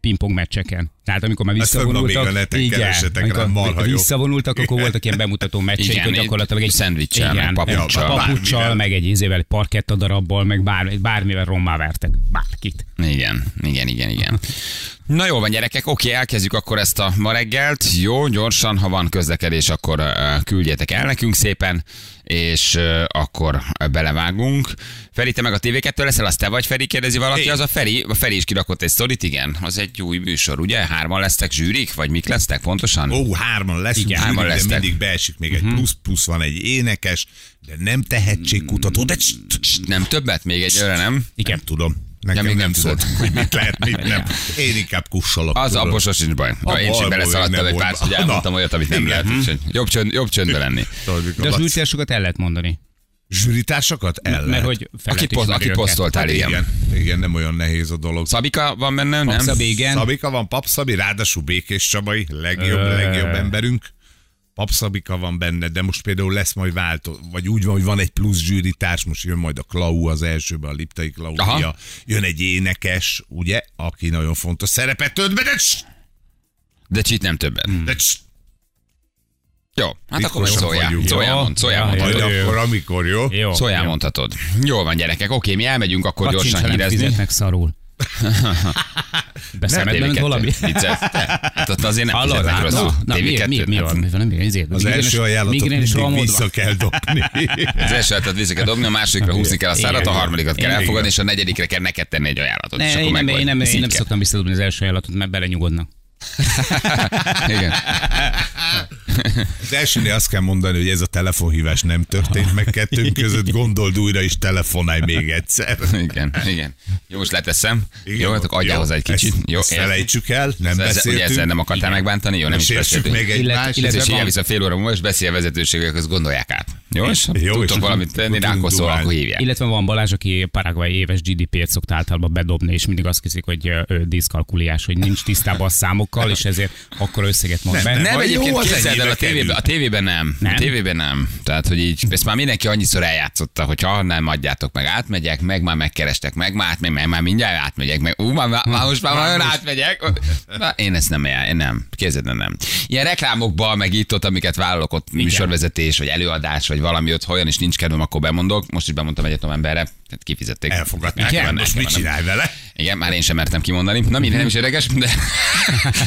[SPEAKER 2] pingpong meccseken. Tehát amikor már
[SPEAKER 3] Ezt fönn van
[SPEAKER 2] visszavonultak,
[SPEAKER 3] még a neten, keressetek rá, marha
[SPEAKER 2] amikor
[SPEAKER 3] jó.
[SPEAKER 2] visszavonultak, akkor voltak ilyen bemutató meccseik,
[SPEAKER 1] Igen,
[SPEAKER 2] hogy
[SPEAKER 1] egy
[SPEAKER 2] gyakorlatilag egy
[SPEAKER 1] szendvicssel, meg papuccsal,
[SPEAKER 2] papuccsal
[SPEAKER 3] bármivel.
[SPEAKER 2] meg egy izével, parketta darabbal, meg bár, bármivel rommá vertek bárkit.
[SPEAKER 1] Igen, igen, igen, igen. Na jó van, gyerekek, oké, elkezdjük akkor ezt a ma reggelt. Jó, gyorsan, ha van közlekedés, akkor ö, küldjetek el nekünk szépen, és ö, akkor belevágunk. Feri, te meg a TV2 leszel, az te vagy Feri, kérdezi valaki.
[SPEAKER 3] Én.
[SPEAKER 1] Az a Feri, a Feri is kirakott egy sztorit, igen. Az egy új műsor, ugye? Hárman lesztek zsűrik, vagy mik lesztek pontosan?
[SPEAKER 3] Ó, hárman leszünk,
[SPEAKER 1] Igen,
[SPEAKER 3] Igen,
[SPEAKER 1] hárman
[SPEAKER 3] hárman de
[SPEAKER 1] lesztek.
[SPEAKER 3] mindig beesik még egy plusz, plusz van egy énekes, de nem tehetségkutató, de cst, cst,
[SPEAKER 1] Nem többet? Még egy öre, nem?
[SPEAKER 3] igen. nem tudom. Nekem
[SPEAKER 1] még
[SPEAKER 3] nem,
[SPEAKER 1] nem
[SPEAKER 3] nem tudod,
[SPEAKER 1] szólt.
[SPEAKER 3] hogy mit lehet, mit nem. Én inkább kussolok.
[SPEAKER 1] Az
[SPEAKER 3] tudod.
[SPEAKER 1] abbosos sincs baj.
[SPEAKER 3] Abba,
[SPEAKER 1] én
[SPEAKER 3] abba,
[SPEAKER 1] sem beleszaladtam
[SPEAKER 3] nem
[SPEAKER 1] egy
[SPEAKER 3] volt.
[SPEAKER 1] pár, hogy
[SPEAKER 3] Na.
[SPEAKER 1] elmondtam olyat, amit nem
[SPEAKER 3] Igen.
[SPEAKER 1] lehet. úgyhogy Jobb, csönd, jobb csöndbe lenni.
[SPEAKER 3] Tudod, mikor
[SPEAKER 2] De az
[SPEAKER 3] Laci-
[SPEAKER 2] műtérsokat el lehet mondani.
[SPEAKER 3] Zsűritásokat el lehet.
[SPEAKER 2] Mert hogy felett
[SPEAKER 1] Akit,
[SPEAKER 2] ismeri
[SPEAKER 1] poszt, akit
[SPEAKER 2] őket.
[SPEAKER 1] posztoltál, igen.
[SPEAKER 3] Hát igen. Igen, nem olyan nehéz a dolog.
[SPEAKER 1] Szabika van benne, nem?
[SPEAKER 2] Szabé, igen.
[SPEAKER 3] Szabika van, Papszabi, ráadásul Békés Csabai, legjobb,
[SPEAKER 2] Ö.
[SPEAKER 3] legjobb emberünk. Papszabika van benne, de most például lesz majd váltó, vagy úgy van, hogy van egy plusz zsűritárs, most jön majd a Klau az elsőben, a Liptai Klaudia,
[SPEAKER 1] Aha.
[SPEAKER 3] Aha. jön egy énekes, ugye, aki nagyon fontos szerepet tölt be, de css,
[SPEAKER 1] De csit nem többet.
[SPEAKER 3] de css,
[SPEAKER 1] Jó, hát akkor most
[SPEAKER 3] Ritkosan
[SPEAKER 1] szóljál.
[SPEAKER 3] vagyunk.
[SPEAKER 1] Szóljál,
[SPEAKER 2] Jó.
[SPEAKER 1] mond, szóljál, mond.
[SPEAKER 2] Ja,
[SPEAKER 3] majd
[SPEAKER 2] jó, jó.
[SPEAKER 3] akkor, amikor, jó?
[SPEAKER 2] Jó.
[SPEAKER 1] Szóljál mondhatod. Jó van, gyerekek, oké, mi elmegyünk akkor
[SPEAKER 2] Kacincs, ha
[SPEAKER 1] gyorsan
[SPEAKER 2] Hát nem
[SPEAKER 1] hírezni.
[SPEAKER 2] fizetnek szarul. Beszemedbe ment
[SPEAKER 1] TV2.
[SPEAKER 2] valami?
[SPEAKER 1] Viccelt. Hát ott azért nem
[SPEAKER 2] Hallod,
[SPEAKER 1] fizetnek
[SPEAKER 2] hát,
[SPEAKER 1] rosszul. Hát,
[SPEAKER 2] na, na, mi,
[SPEAKER 1] TV2.
[SPEAKER 2] mi, mi van? Mi van? Mi van? Ezért,
[SPEAKER 3] Az
[SPEAKER 2] migrénes-
[SPEAKER 3] első ajánlatot
[SPEAKER 2] migrénes
[SPEAKER 3] mindig
[SPEAKER 2] rohamodva.
[SPEAKER 3] vissza kell dobni.
[SPEAKER 1] Az elsőt vissza kell dobni, a másodikra húzni kell a szárat, a
[SPEAKER 2] Igen.
[SPEAKER 1] harmadikat kell
[SPEAKER 2] Igen.
[SPEAKER 1] elfogadni, és a negyedikre kell neked tenni egy ajánlatot. és
[SPEAKER 2] Ne,
[SPEAKER 1] akkor
[SPEAKER 2] én, nem,
[SPEAKER 1] meg vagy.
[SPEAKER 2] én, nem,
[SPEAKER 1] Ez
[SPEAKER 2] én
[SPEAKER 1] így
[SPEAKER 2] nem
[SPEAKER 1] kell.
[SPEAKER 2] szoktam visszadobni az első ajánlatot, mert belenyugodnak.
[SPEAKER 1] Igen.
[SPEAKER 3] Az elsőnél azt kell mondani, hogy ez a telefonhívás nem történt meg kettőnk között, gondold újra és telefonálj még egyszer.
[SPEAKER 1] Igen, igen. Jó, most leteszem.
[SPEAKER 3] Igen,
[SPEAKER 1] jó, hát akkor adjál
[SPEAKER 3] jó,
[SPEAKER 1] hozzá egy kicsit.
[SPEAKER 3] Ezt,
[SPEAKER 1] jó,
[SPEAKER 3] ezt
[SPEAKER 1] érted?
[SPEAKER 3] felejtsük el, nem
[SPEAKER 1] Ezzel-
[SPEAKER 3] beszéltünk.
[SPEAKER 1] Ugye ezzel nem akartál megbántani, jó, nem is
[SPEAKER 3] sérsük
[SPEAKER 1] beszéltünk.
[SPEAKER 3] meg
[SPEAKER 2] Illetve-
[SPEAKER 3] egymást.
[SPEAKER 2] illetve-
[SPEAKER 1] Ez
[SPEAKER 2] van-
[SPEAKER 1] igen, vissza fél óra múlva, és beszél a vezetőségek, ezt gondolják át. Jó, és
[SPEAKER 3] Jó,
[SPEAKER 1] tudtok
[SPEAKER 3] és
[SPEAKER 1] valamit tenni,
[SPEAKER 3] tudunk
[SPEAKER 1] rákoszol,
[SPEAKER 3] dumálni.
[SPEAKER 1] akkor hívják.
[SPEAKER 2] Illetve van Balázs, aki Paraguay éves GDP-t szokta általában bedobni, és mindig azt hiszik, hogy ö, ő diszkalkuliás, hogy nincs tisztában a számokkal, és ezért akkor összeget mond be.
[SPEAKER 1] Nem,
[SPEAKER 3] Vagy
[SPEAKER 1] egyébként
[SPEAKER 3] jó, az
[SPEAKER 1] képzeld el,
[SPEAKER 3] ennyire
[SPEAKER 1] a tévében, a tévében nem. nem.
[SPEAKER 2] Nem?
[SPEAKER 1] A tévében nem. Tehát, hogy így, ezt már mindenki annyiszor eljátszotta, hogy ha nem adjátok meg, átmegyek, meg már megkerestek, meg már átmegyek, meg már mindjárt átmegyek, meg ú, már, már, már most már nagyon átmegyek. Na, én ezt nem, el- én nem, képzeld el, nem. Ilyen reklámokban, meg itt ott, amiket vállalok, ott műsorvezetés, vagy előadás, vagy valami ott, ha olyan is nincs kedvem, akkor bemondok. Most is bemondtam egyet novemberre, tehát kifizették.
[SPEAKER 3] Elfogadták,
[SPEAKER 1] Nekem-
[SPEAKER 3] nem, most
[SPEAKER 1] nekem
[SPEAKER 3] mit
[SPEAKER 1] nem.
[SPEAKER 3] csinálj vele?
[SPEAKER 1] Igen, már én sem mertem kimondani. Na minden nem is érdekes, de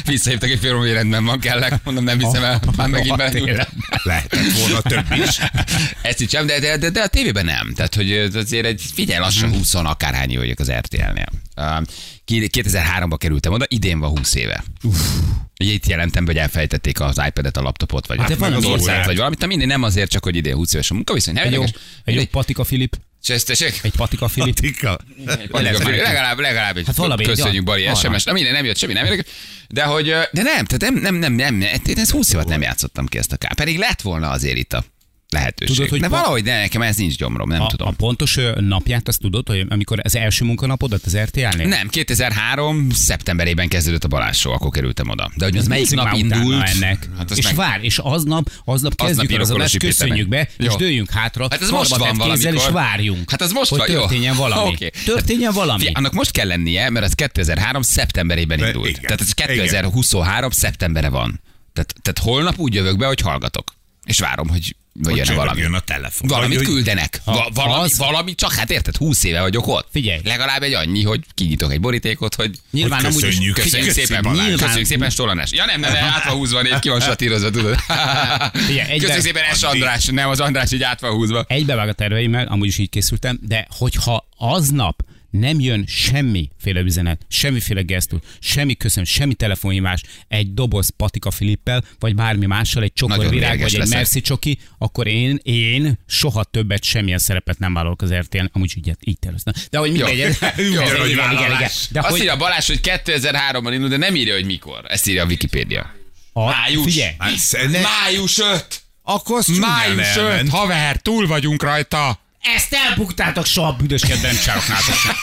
[SPEAKER 1] visszahívtak egy fél óra, hogy rendben van, kellek. Mondom, nem hiszem el, már megint bele.
[SPEAKER 3] Lehetett volna több is.
[SPEAKER 1] Ezt így sem, de, de, de, de a tévében nem. Tehát, hogy ö, azért egy, figyelj, lassan 20 akárhány vagyok az RTL-nél. Um, ki- 2003-ba kerültem oda, idén van 20 éve. Uff. Itt jelentem, be, hogy elfejtették az iPad-et, a laptopot, vagy
[SPEAKER 3] de
[SPEAKER 1] hát,
[SPEAKER 3] van
[SPEAKER 1] az
[SPEAKER 3] az
[SPEAKER 1] ország,
[SPEAKER 3] órát.
[SPEAKER 1] vagy valamit, de mindig nem azért, csak hogy idén 20 éves a munkaviszony. Nem
[SPEAKER 2] Egy jó,
[SPEAKER 1] érdekes.
[SPEAKER 2] egy jó patika Filip,
[SPEAKER 1] Csesztesek?
[SPEAKER 2] egy patika Filip.
[SPEAKER 3] Tika.
[SPEAKER 1] Legalább, legalább, legalább egy
[SPEAKER 2] Hát valami,
[SPEAKER 1] köszönjük
[SPEAKER 2] ja.
[SPEAKER 1] Bari
[SPEAKER 2] Arra.
[SPEAKER 1] SMS. Nem, nem jött semmi, nem jött. De hogy, ö, de nem, tehát nem, nem, nem, nem, nem én ezt 20 évet nem játszottam ki ezt a kár. Pedig lett volna azért itt a lehetőség. Tudod,
[SPEAKER 2] Tudod,
[SPEAKER 1] hogy
[SPEAKER 2] hogy
[SPEAKER 1] de
[SPEAKER 2] pont-
[SPEAKER 1] valahogy ne, nekem ez nincs gyomrom, nem
[SPEAKER 2] A, a
[SPEAKER 1] tudom.
[SPEAKER 2] pontos ö, napját azt tudod, hogy amikor az első munkanapodat az RTL-nél?
[SPEAKER 1] Nem, 2003. szeptemberében kezdődött a Balázs show, akkor kerültem oda. De hogy az melyik
[SPEAKER 2] Nézzük
[SPEAKER 1] nap
[SPEAKER 2] már utána
[SPEAKER 1] indult?
[SPEAKER 2] ennek.
[SPEAKER 1] Hát
[SPEAKER 2] Hát
[SPEAKER 1] azt
[SPEAKER 2] és
[SPEAKER 1] meg-
[SPEAKER 2] meg... vár, és aznap, aznap kezdjük el
[SPEAKER 1] írok
[SPEAKER 2] az adást,
[SPEAKER 1] Orvosi
[SPEAKER 2] köszönjük
[SPEAKER 1] Péternek.
[SPEAKER 2] be,
[SPEAKER 1] Jó.
[SPEAKER 2] és dőljünk hátra,
[SPEAKER 1] Hát ez most
[SPEAKER 2] karba
[SPEAKER 1] van
[SPEAKER 2] tett kézzel,
[SPEAKER 1] valamikor.
[SPEAKER 2] és várjunk,
[SPEAKER 1] Hát ez most
[SPEAKER 2] hogy
[SPEAKER 1] van, jó.
[SPEAKER 2] történjen valami.
[SPEAKER 1] Oké. Hát
[SPEAKER 2] Történjen valami.
[SPEAKER 1] Figyelj, annak most kell lennie, mert ez 2003. szeptemberében
[SPEAKER 3] Be-
[SPEAKER 1] indult.
[SPEAKER 3] igen.
[SPEAKER 1] Tehát ez 2023. szeptembere van. Tehát, tehát holnap úgy jövök be, hogy hallgatok. És várom, hogy vagy jön valami.
[SPEAKER 3] Jön a telefon.
[SPEAKER 1] Valamit
[SPEAKER 3] Vagy, hogy
[SPEAKER 1] küldenek. Va- valami,
[SPEAKER 2] az-
[SPEAKER 1] valami, csak hát érted, 20 éve vagyok ott.
[SPEAKER 2] Figyelj.
[SPEAKER 1] Legalább egy annyi, hogy kinyitok egy borítékot, hogy
[SPEAKER 2] Nyilván
[SPEAKER 3] Hogy
[SPEAKER 2] amúgy is-
[SPEAKER 3] köszönjük.
[SPEAKER 1] köszönjük
[SPEAKER 3] Köszi,
[SPEAKER 1] szépen,
[SPEAKER 3] Balázs.
[SPEAKER 1] nyilván...
[SPEAKER 2] Nyilván-
[SPEAKER 1] köszönjük szépen Stolanás. Ja nem, nem, nem, át van húzva, négy ki van satírozva, tudod.
[SPEAKER 2] Figyelj, egyben-
[SPEAKER 1] köszönjük szépen S. András, nem az András így át van húzva.
[SPEAKER 2] Egybevág a terveimmel, amúgy is így készültem, de hogyha aznap nem jön semmiféle üzenet, semmiféle gesztus, semmi köszönöm, semmi telefonhívás, egy doboz patika Filippel, vagy bármi mással, egy csokor
[SPEAKER 1] Nagyon
[SPEAKER 2] virág,
[SPEAKER 1] mérges
[SPEAKER 2] vagy egy
[SPEAKER 1] leszek.
[SPEAKER 2] merci csoki, akkor én, én soha többet semmilyen szerepet nem vállalok az RTL-n, amúgy így, így terveztem. De hogy mindegy, ez, ez,
[SPEAKER 1] Jó,
[SPEAKER 2] ez,
[SPEAKER 1] hogy
[SPEAKER 2] igen, igen, igen, igen.
[SPEAKER 3] vállalás.
[SPEAKER 2] De
[SPEAKER 1] Azt
[SPEAKER 2] hogy
[SPEAKER 1] írja Balázs, hogy 2003-ban indul, de nem írja, hogy mikor. Ezt írja a Wikipédia.
[SPEAKER 2] a,
[SPEAKER 1] Május.
[SPEAKER 2] figyelj,
[SPEAKER 3] Hát, sze- ne-
[SPEAKER 1] Május 5!
[SPEAKER 3] Akkor azt csúnyán
[SPEAKER 1] Május 5!
[SPEAKER 3] elment.
[SPEAKER 1] Haver, túl vagyunk rajta!
[SPEAKER 2] ezt elbuktátok, soha büdöskedben csároknátok sem.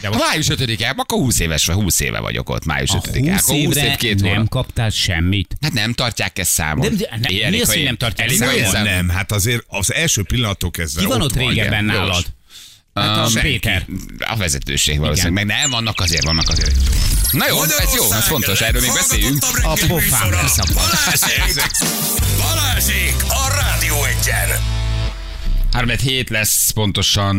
[SPEAKER 1] De most... Május 5-e, akkor 20 éves vagy, 20 éve vagyok ott, május 5-e.
[SPEAKER 2] A 20
[SPEAKER 1] Akkor 20 év,
[SPEAKER 2] évre
[SPEAKER 1] két
[SPEAKER 2] nem
[SPEAKER 1] óra.
[SPEAKER 2] kaptál semmit.
[SPEAKER 1] Hát nem tartják ezt számon.
[SPEAKER 2] De- de- nem, mi az, hogy nem tartják
[SPEAKER 1] számon?
[SPEAKER 2] számon?
[SPEAKER 1] Elég, ha
[SPEAKER 3] Nem,
[SPEAKER 1] én-
[SPEAKER 3] nem, hát azért az első pillanattól kezdve
[SPEAKER 2] Ki van ott
[SPEAKER 3] vagy.
[SPEAKER 2] régebben
[SPEAKER 1] igen,
[SPEAKER 2] nálad?
[SPEAKER 1] Jós.
[SPEAKER 2] Hát a
[SPEAKER 1] Um,
[SPEAKER 2] Péter.
[SPEAKER 1] A vezetőség valószínűleg. Meg nem, vannak azért, vannak azért. Na jó, ez jó, ez fontos, erről még beszéljünk.
[SPEAKER 2] A pofám leszapad.
[SPEAKER 4] Balázsék! Balázsék a Rádió Egyen!
[SPEAKER 1] 3 7 lesz pontosan,